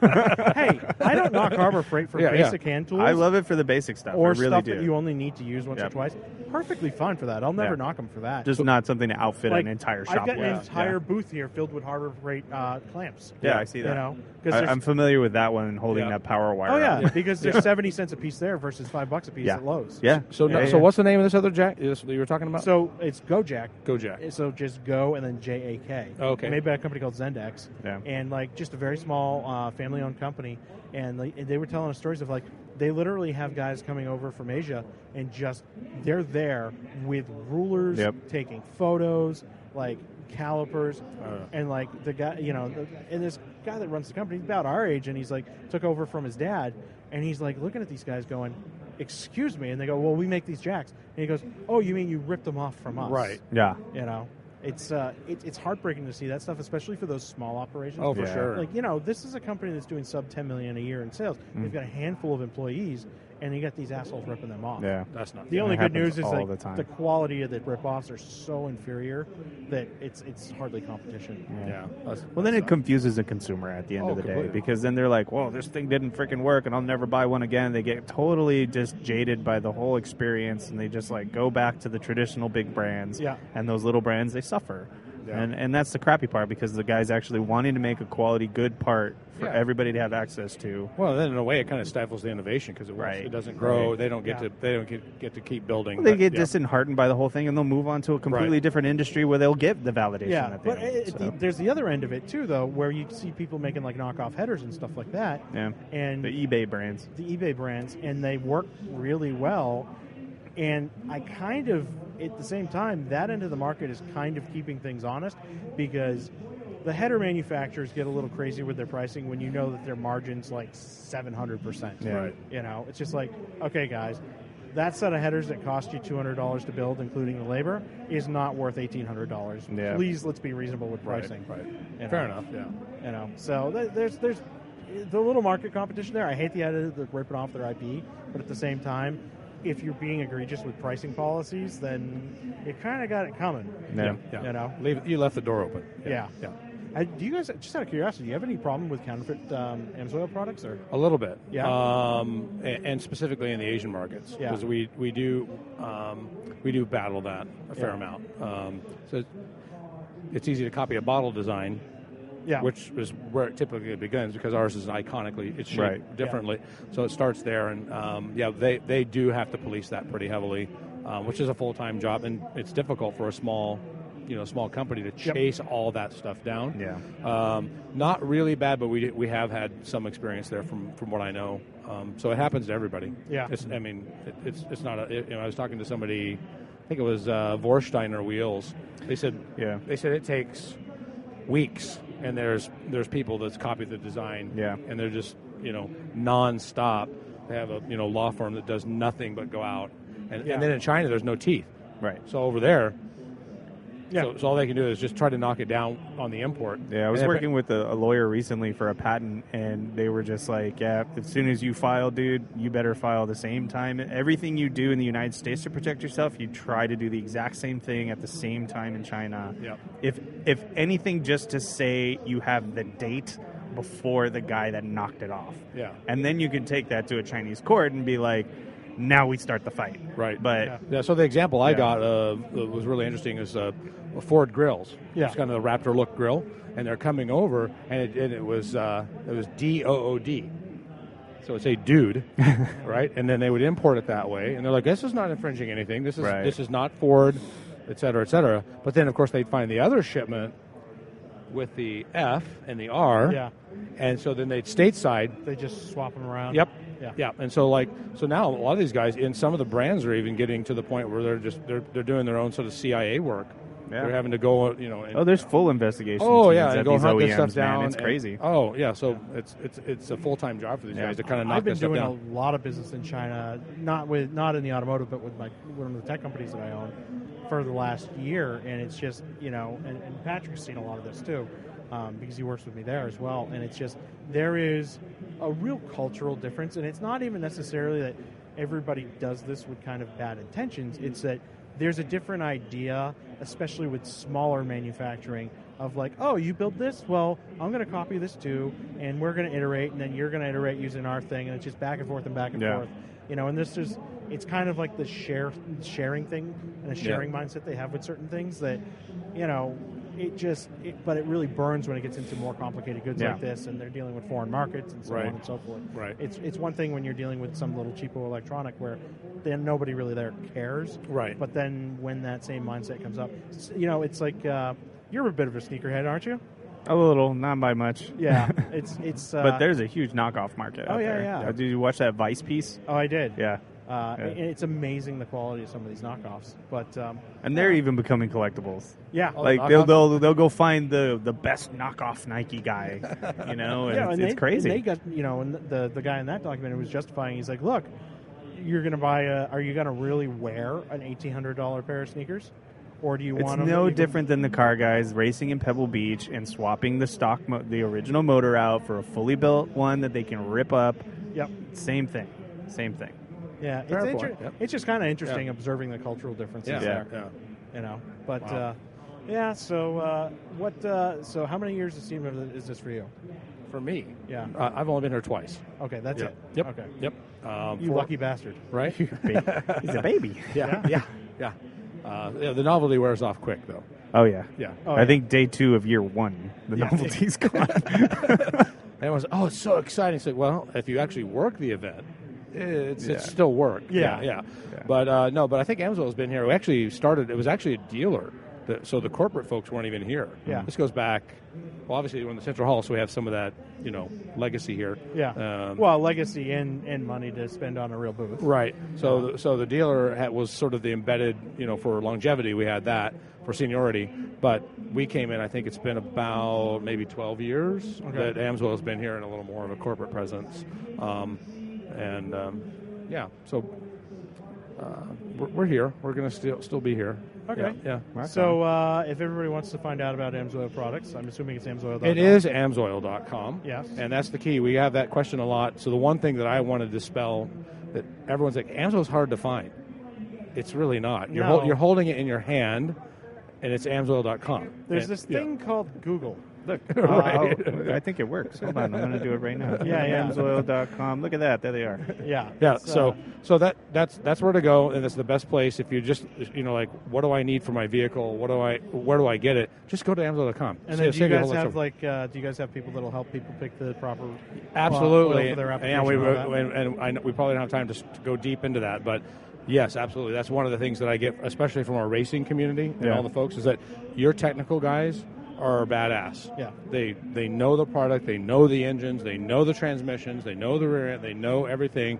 S3: hey, I don't knock Harbor Freight
S4: [LAUGHS]
S3: for
S5: Yeah, yeah.
S3: basic hand tools.
S4: I love it for the basic stuff.
S3: or
S4: I really
S3: stuff
S4: do.
S3: that you only need to use once
S4: Yeah.
S3: or twice. Perfectly fine for that. I'll never
S4: Yeah.
S3: knock them for that.
S4: Just not something to outfit
S3: Like,
S4: an entire
S3: I've
S4: shop
S3: got an
S4: with.
S3: entire booth here filled with Harbor Freight uh, clamps.
S4: Yeah, I see that.
S3: You know,
S4: yeah.
S3: because
S4: I, am familiar with that one holding
S5: Yeah.
S4: that [LAUGHS] power wire.
S3: oh
S4: up.
S3: yeah, because there's seventy cents a piece there versus five bucks a piece
S4: Yeah.
S3: at Lowe's.
S4: yeah.
S5: So
S4: yeah,
S5: no,
S4: yeah,
S5: so
S4: yeah.
S5: what's the name of this other jack? Is that you were talking about?
S3: So it's Gojek.
S5: Gojek.
S3: So just go and then J A K.
S5: Okay.
S3: Made by a company called Zendex.
S4: Yeah.
S3: And like just a very small uh, family owned company. And like, and they were telling us stories of like, they literally have guys coming over from Asia and just, they're there with rulers,
S4: Yep.
S3: taking photos, like calipers.
S5: Oh,
S3: and like the guy, you know, and this guy that runs the company, he's about our age, and he's like, took over from his dad. And he's like looking at these guys going, Excuse me. And they go, Well, we make these jacks. And he goes, Oh, you mean you ripped them off from us?
S5: Right.
S4: Yeah.
S3: you know it's uh it, it's heartbreaking to see that stuff especially for those small operations
S5: Oh, for
S4: Yeah.
S5: sure.
S3: like you know this is a company that's doing sub 10 million a year in sales
S5: Mm.
S3: they've got a handful of employees and you got these assholes ripping them off
S4: Yeah.
S5: that's not.
S3: the
S4: And
S3: only
S4: it
S3: good
S4: happens
S3: news is
S4: all
S3: like
S4: the time.
S3: quality of the rip-offs are so inferior that it's it's hardly competition
S5: Yeah. That's-
S4: Well, then it confuses the consumer at the end
S5: Oh,
S4: of the day
S5: completely.
S4: because then they're like, "Well, this thing didn't freaking work, and I'll never buy one again." They get totally just jaded by the whole experience, and they just like go back to the traditional big brands.
S3: Yeah.
S4: And those little brands, they suffer.
S5: Yeah.
S4: And and that's the crappy part because the guy's actually wanting to make a quality, good part for
S5: Yeah.
S4: everybody to have access to.
S5: Well, then in a way, it kind of stifles the innovation because it, won't-
S4: Right.
S5: it doesn't grow.
S4: Right.
S5: They don't get
S3: Yeah.
S5: to they don't get, get to keep building.
S4: they
S5: but-
S4: get
S5: yeah.
S4: disheartened by the whole thing, and they'll move on to a completely
S5: Right.
S4: different industry where they'll get the validation.
S3: yeah
S4: that they
S3: but
S4: need,
S3: it,
S4: so.
S3: the, there's the other end of it too though where you see people making like knockoff headers and stuff like that
S4: yeah,
S3: and
S4: the eBay brands.
S3: the eBay brands, and they work really well. And I kind of, at the same time, that end of the market is kind of keeping things honest because the header manufacturers get a little crazy with their pricing when you know that their margins like 700%.
S4: Yeah. Right.
S3: You know, it's just like, okay, guys, that set of headers that cost you $200 to build, including the labor, is not worth $1,800.
S4: Yeah.
S3: Please, let's be reasonable with
S5: Right,
S3: pricing.
S5: right.
S3: You
S5: Fair
S3: know?
S5: enough. Yeah.
S3: You know, so th- there's there's the little market competition there. I hate the idea that they're ripping off their IP, but at the same time, if you're being egregious with pricing policies, then you kind of got it coming.
S4: Yeah.
S5: Yeah.
S3: You know.
S5: Leave, you left the door open.
S3: Yeah.
S5: Yeah.
S3: I, do you guys just out of curiosity? Do you have any problem with counterfeit um, Amsoil products or?
S5: A little bit,
S3: Yeah.
S5: Um, a- and, specifically in the Asian markets,
S3: Yeah.
S5: because we we do um, we do battle that a fair
S3: Yeah.
S5: amount. Um, so it's easy to copy a bottle design,
S3: Yeah.
S5: which is where it typically begins because ours is iconically it's shaped
S4: Right.
S5: differently. So it starts there, and um, yeah, they they do have to police that pretty heavily, uh, which is a full time job, and it's difficult for a small. You know, small company to
S3: Yep.
S5: chase all that stuff down.
S4: Yeah.
S5: um, not really bad, but we we have had some experience there from from what I know. Um, so it happens to everybody.
S3: Yeah.
S5: It's, I mean, it, it's it's not. A, it- you know, I was talking to somebody. I think it was uh, Vorsteiner Wheels. They said.
S4: Yeah.
S5: They said it takes weeks, and there's there's people that's copied the design.
S4: Yeah.
S5: And they're just you know nonstop. They have a you know law firm that does nothing but go out, and,
S3: Yeah.
S5: and then in China there's no teeth.
S4: Right.
S5: So over there.
S3: Yeah.
S5: So, so all they can do is just try to knock it down on the import.
S4: Yeah, I was
S5: And
S4: working with a, a lawyer recently for a patent, and they were just like, "Yeah, as soon as you file, dude, you better file the same time. Everything you do in the United States to protect yourself, you try to do the exact same thing at the same time in China.
S5: Yep.
S4: If if anything, just to say you have the date before the guy that knocked it off.
S5: Yeah.
S4: and then you can take that to a Chinese court and be like, "Now we start the fight."
S5: Right.
S4: but
S3: Yeah.
S5: Yeah, so the example I
S4: Yeah.
S5: got uh, that was really interesting is uh, Ford grills.
S3: Yeah.
S5: It's kind of the Raptor look grill, and they're coming over, and it, and it was uh, it was D O O D, so it's a dude, right? And then they would import it that way, and they're like, "This is not infringing anything. This is
S4: Right.
S5: this is not Ford, et cetera, et cetera." But then, of course, they'd find the other shipment with the F and the R,
S3: Yeah.
S5: and so then they'd stateside
S3: They just swap them around.
S5: Yep.
S3: Yeah.
S5: Yeah. And so like so now a lot of these guys in some of the brands are even getting to the point where they're just they're they're doing their own sort of CIA work.
S4: Yeah.
S5: They're having to go you know and,
S4: oh, there's full investigation.
S5: Oh yeah, and
S4: at
S5: go
S4: these
S5: hunt
S4: OEMs,
S5: this stuff down.
S4: Man. It's
S5: and-
S4: crazy.
S5: oh yeah, so it's it's it's a full time job for these
S4: Yeah.
S5: guys to kind of knock
S3: I've been
S5: this stuff
S3: doing a
S5: down.
S3: lot of business in China, not with not in the automotive, but with my one of the tech companies that I own for the last year, and it's just you know, and, and Patrick's seen a lot of this too, um, because he works with me there as well, and it's just there is a real cultural difference, and it's not even necessarily that everybody does this with kind of bad intentions. It's that there's a different idea, especially with smaller manufacturing, of like, oh, you built this? Well, I'm going to copy this too, and we're going to iterate, and then you're going to iterate using our thing, and it's just back and forth and back and
S4: Yeah.
S3: forth. You know, and this is, it's kind of like the share sharing thing and a sharing mindset they have with certain things that, you know, it just, it, but it really burns when it gets into more complicated goods
S4: Yeah.
S3: like this, and they're dealing with foreign markets and so
S5: Right.
S3: on and so forth. [LAUGHS]
S5: Right.
S3: It's it's one thing when you're dealing with some little cheapo electronic where then nobody really there cares.
S5: Right.
S3: But then when that same mindset comes up, s- you know, it's like uh, you're a bit of a sneakerhead, aren't you?
S4: A little, not by much. [LAUGHS]
S3: Yeah. [LAUGHS] it's it's. Uh,
S4: but there's a huge knockoff market.
S3: Oh,
S4: out
S3: yeah,
S4: there.
S3: yeah.
S4: Uh, Did you watch that Vice piece?
S3: Oh, I did.
S4: Yeah,
S3: Uh,
S4: Yeah.
S3: and It's amazing the quality of some of these knockoffs, but um,
S4: and they're even becoming collectibles.
S3: yeah,
S5: Oh,
S4: like
S5: knockoffs?
S4: they'll, they'll they'll go find the the best knockoff Nike guy. You know, and
S3: yeah,
S4: it's,
S3: and
S4: it's
S3: they,
S4: crazy.
S3: And they got you know, and the the guy in that documentary was justifying. He's like, look, you're gonna buy a. Are you gonna really wear an eighteen hundred dollar pair of sneakers, or do you
S4: it's
S3: want 'em
S4: no
S3: even-
S4: different than the car guys racing in Pebble Beach and swapping the stock, mo- the original motor out for a fully built one that they can rip up.
S3: Yep.
S4: Same thing. Same
S3: [LAUGHS]
S4: thing.
S3: Yeah, it's,
S5: Fair point,
S3: inter-
S5: yep.
S3: it's just kind of interesting observing the cultural differences
S5: Yeah.
S3: there.
S5: yeah.
S3: You know, but uh,
S5: Wow.
S3: yeah. So uh, what? Uh, so how many years of Steam is this for you?
S5: For me,
S3: Yeah.
S5: uh, I've only been here twice.
S3: Okay, that's
S5: yeah.
S3: it.
S5: Yep.
S3: Okay.
S5: Yep. Um,
S3: You
S5: four-
S3: lucky bastard.
S5: right?
S4: Ba- He's a baby.
S5: yeah. Yeah. Yeah. Uh, yeah. The novelty wears off quick though.
S4: [LAUGHS] Oh yeah.
S5: Yeah.
S3: Oh,
S4: I
S3: yeah.
S4: think day two of year one,
S3: [LAUGHS]
S4: the novelty's gone.
S5: And everyone's, oh, it's so exciting. It's like, well, if you actually work the event, it's,
S4: Yeah.
S5: it's still work.
S3: Yeah.
S5: yeah. yeah.
S4: Yeah.
S5: But uh, no, but I think Amazon has been here. We actually started, it was actually a dealer. The, so the corporate folks weren't even here.
S3: Yeah.
S5: This goes back, well, obviously we're in the Central Hall, so we have some of that, you know, legacy here.
S3: Yeah.
S5: Um,
S3: well, legacy and and money to spend on a real booth.
S5: Right. So, the, so the dealer had, was sort of the embedded, you know, for longevity. We had that for seniority, but we came in. I think it's been about maybe twelve years
S3: Okay.
S5: that Amsoil has been here and a little more of a corporate presence, um, and um, yeah. So uh, we're, we're here. We're going to still still be here.
S3: Okay.
S5: Yeah. yeah.
S3: So uh, if everybody wants to find out about Amsoil products, I'm assuming it's Amsoil.
S5: It is amsoil.com.
S3: uh, Yes.
S5: And that's the key. We have that question a lot. So the one thing that I want to dispel that everyone's like, Amsoil's hard to find. It's really not. You're,
S3: No.
S5: hol- you're holding it in your hand, and it's amsoil.com.
S3: There's
S5: And-
S3: this
S5: yeah.
S3: thing called Google.
S4: Look,
S5: [LAUGHS]
S4: [LAUGHS]
S5: Right.
S4: uh, I think it works. Hold on, I'm going to do it right now.
S3: Oh, [LAUGHS] Yeah, yeah.
S4: MMsOil.com. Look at that. There they
S3: [LAUGHS]
S4: are.
S3: Yeah.
S5: Yeah,
S3: it's,
S5: so
S3: uh,
S5: so that that's that's where to go, and that's the best place if you just you know like what do I need for my vehicle? What do I where do I get it? Just go to Amazon.com.
S3: and
S5: Sa-
S3: then do you
S5: save a
S3: guys
S5: whole bunch
S3: have
S5: of-
S3: like uh, do you guys have people that'll help people pick the proper?
S5: absolutely?
S3: oil for their
S5: And,
S3: application
S5: yeah, we,
S3: and all that?
S5: and, and I know we probably don't have time to, s- to go deep into that, but yes, absolutely. That's one of the things that I get, especially from our racing community and
S4: Yeah.
S5: all the folks, is that your technical guys are badass.
S3: Yeah.
S5: they they know the product, they know the engines, they know the transmissions, they know the rear end, they know everything.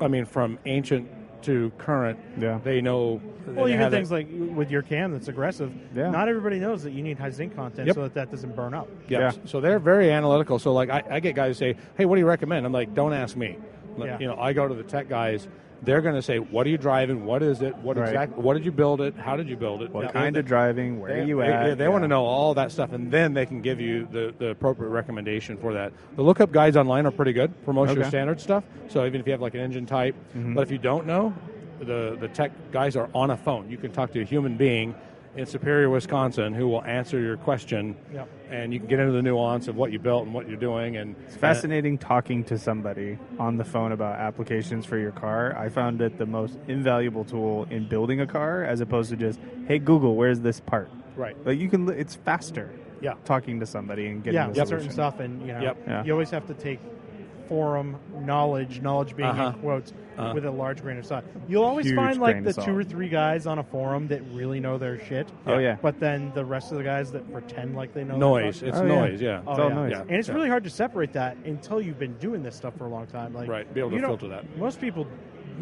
S5: I mean, from ancient to current,
S4: Yeah.
S5: they know.
S3: Well,
S5: they
S3: even
S5: have
S3: things
S5: that-
S3: like with your cam that's aggressive.
S4: Yeah.
S3: Not everybody knows that you need high zinc content
S5: Yep.
S3: so that that doesn't burn up.
S5: yeah.
S4: Yeah.
S5: So they're very analytical. So like, I, I get guys say, "Hey, what do you recommend?" I'm like, "Don't ask me." Like,
S3: Yeah.
S5: You know, I go to the tech guys. They're going to say, "What are you driving? What is it? What
S4: Right.
S5: exactly? What did you build it? How did you build it?
S4: What
S5: Yeah.
S4: kind of driving? Where
S5: They,
S4: are you
S5: they-
S4: at?
S5: yeah, they want to know all that stuff, and then they can give you the, the appropriate recommendation for that. The lookup guides online are pretty good for most of your
S4: Okay. Mm-hmm.
S5: standard stuff. So even if you have like an engine type, but if you don't know, the the tech guys are on a phone. You can talk to a human being in Superior, Wisconsin, who will answer your question,
S3: Yep.
S5: and you can get into the nuance of what you built and what you're doing. And
S4: It's fascinating talking to somebody on the phone about applications for your car. I found it the most invaluable tool in building a car as opposed to just, hey, Google, where's this part?
S5: Right.
S4: Like you can, li- it's faster
S5: Yeah.
S4: talking to somebody and getting
S3: yeah,
S4: the
S3: with
S4: solution.
S3: certain stuff, and you know,
S5: Yep.
S4: Yeah.
S3: you always have to take forum knowledge, knowledge being
S5: Uh-huh.
S3: in quotes,
S5: Uh-huh.
S3: with a large grain of salt. You'll always
S4: Huge
S3: find
S4: grain
S3: like
S4: of
S3: the
S4: salt.
S3: two or three guys on a forum that really know their shit.
S4: Oh, yeah.
S3: But then the rest of the guys that pretend like they know their
S5: noise.
S3: fucking-
S5: It's
S4: Oh, yeah.
S5: noise. Yeah.
S3: Oh,
S4: It's all
S3: yeah.
S4: noise.
S5: Yeah.
S3: And it's really hard to separate that until you've been doing this stuff for a long time. Like,
S5: Right, be able to
S3: you don't-
S5: filter that.
S3: Most people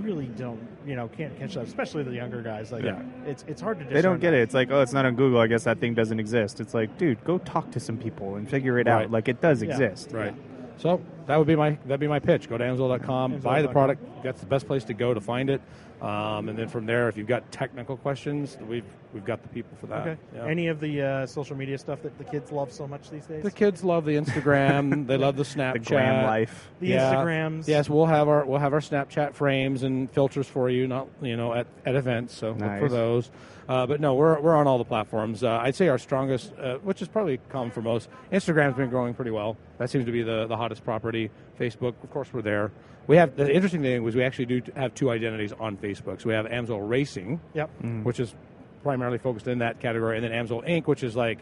S3: really don't, you know, can't catch that, especially the younger guys. Like,
S5: Yeah.
S3: it's it's hard to.
S4: They
S3: discern
S4: don't get
S3: that.
S4: it. It's like, oh, it's not on Google. I guess that thing doesn't exist. It's like, dude, go talk to some people and figure it
S5: Right.
S4: out. Like it does
S3: Yeah.
S4: exist.
S5: Right. So that would be my that'd be my pitch. Go to Amazon.com, buy the
S3: Amazon.com.
S5: product. That's the best place to go to find it. Um, and then from there, if you've got technical questions, we've we've got the people for that.
S3: Okay.
S5: Uh, Yeah.
S3: Any of the uh, social media stuff that the kids love so much these days?
S5: the kids love the Instagram. they
S3: [LAUGHS]
S5: love the Snapchat.
S4: The gram life.
S3: The
S5: Yeah.
S3: Instagrams.
S5: Yes, we'll have our we'll have our Snapchat frames and filters for you, not you know at, at events. So look for
S4: Nice.
S5: those. Uh, but no, we're we're on all the platforms. Uh, I'd say our strongest, uh, which is probably common for most, Instagram's been growing pretty well. That seems to be the, the hottest property. Facebook, of course, we're there. We have the interesting thing was we actually do t- have two identities on Facebook. So we have Amsoil Racing,
S3: Yep.
S4: Mm.
S5: which is primarily focused in that category, and then Amsoil Inc., which is like.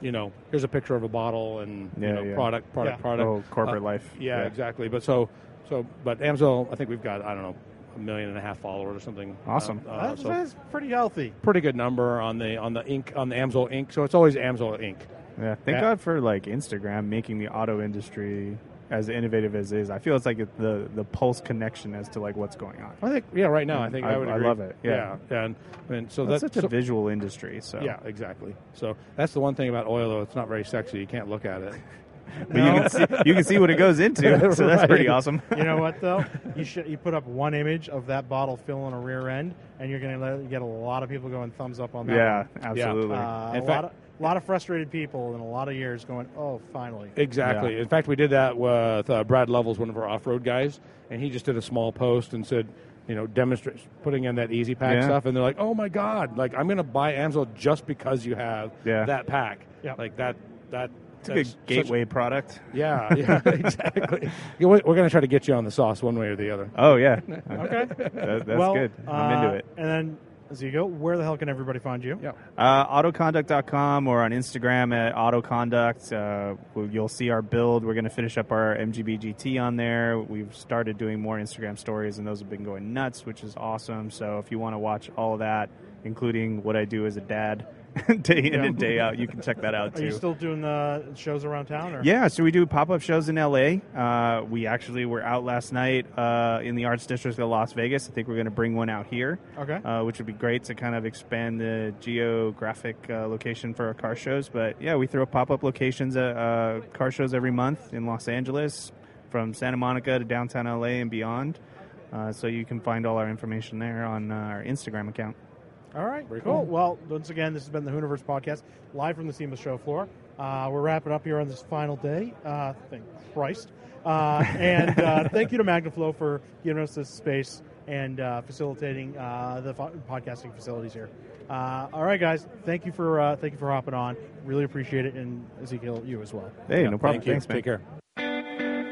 S5: You know, here's a picture of a bottle and you
S4: Yeah,
S5: know,
S4: yeah.
S5: product, product,
S3: Yeah.
S5: product.
S4: Oh, corporate life.
S5: Yeah,
S4: Yeah.
S5: exactly. But so, so, but Amazon, I think we've got I don't know a million and a half followers or something.
S4: Awesome.
S5: Uh, uh,
S3: that's,
S5: so
S3: that's pretty healthy.
S5: pretty good number on the on the ink on the Amazon Inc. So it's always Amazon Inc.
S4: Yeah. Thank
S5: Yeah.
S4: God for like Instagram making the auto industry as innovative as it is. I feel it's like it- the the pulse connection as to like what's going on.
S5: I think yeah, right now I think I,
S4: Mm, I-
S5: would.
S4: I
S5: agree.
S4: love it, yeah.
S5: yeah. and and so
S4: That's
S5: Oh, that-
S4: such a
S5: so-
S4: visual industry. So
S5: Yeah, exactly. So that's the one thing about oil, though. It's not very sexy. You can't look at it.
S4: but you can see you can see what it goes into. So that's pretty awesome.
S3: You know what though? you should you put up one image of that bottle filling a rear end, and you're going to let, get a lot of people going thumbs up on that.
S4: Yeah,
S3: one.
S4: absolutely.
S3: Uh,
S5: In
S3: a
S5: fact-
S3: lot of, lot of frustrated people in a lot of years going, oh, finally.
S5: Exactly.
S4: Yeah.
S5: In fact, we did that with uh, Brad Lovells, one of our off-road guys, and he just did a small post and said, you know, demonstrate putting in that easy pack
S4: Yeah.
S5: stuff, and they're like, oh my god, like I'm going to buy Amsoil just because you have
S4: Yeah.
S5: that pack,
S3: Yeah.
S5: like that that.
S4: it's a good
S5: that's
S4: gateway product.
S5: Such,
S4: [LAUGHS]
S5: yeah, yeah, exactly. [LAUGHS] You know, We're going to try to get you on the sauce one way or the other.
S4: Oh yeah.
S5: [LAUGHS]
S3: Okay.
S4: That- that's
S3: well,
S4: good. I'm into
S3: uh,
S4: it.
S3: And then, as you go, where the hell can everybody find you?
S5: Yeah.
S4: Uh, autoconduct.com or on Instagram at autoconduct. Uh, well, you'll see our build. We're going to finish up our MGBGT on there. We've started doing more Instagram stories, and those have been going nuts, which is awesome. So if you want to watch all of that, including what I do as a dad, [LAUGHS] day in and day out, you can check that out
S3: Are
S4: too.
S3: you still doing the shows around town? Or?
S4: Yeah, so we do pop up shows in LA. Uh, we actually were out last night uh, in the Arts District of Las Vegas. I think we're going to bring one out here,
S3: Okay.
S4: uh, which would be great to kind of expand the geographic uh, location for our car shows. But yeah, we throw pop up locations at uh, car shows every month in Los Angeles, from Santa Monica to downtown LA and beyond. Uh, so you can find all our information there on uh, our Instagram account.
S3: All right,
S5: Very
S3: cool.
S5: cool.
S3: Well, once again, this has been the Hooniverse podcast, live from the SEMA show floor. Uh, we're wrapping up here on this final day. Uh, thank Christ.
S4: [LAUGHS]
S3: Uh, and uh, thank you to MagnaFlow for giving us this space and uh, facilitating uh, the fo- podcasting facilities here. Uh, all right, guys. Thank you for uh, thank you for hopping on. Really appreciate it, and Ezekiel, you as well.
S4: Hey, no problem.
S5: Thank you.
S4: Thanks, man.
S5: Take care.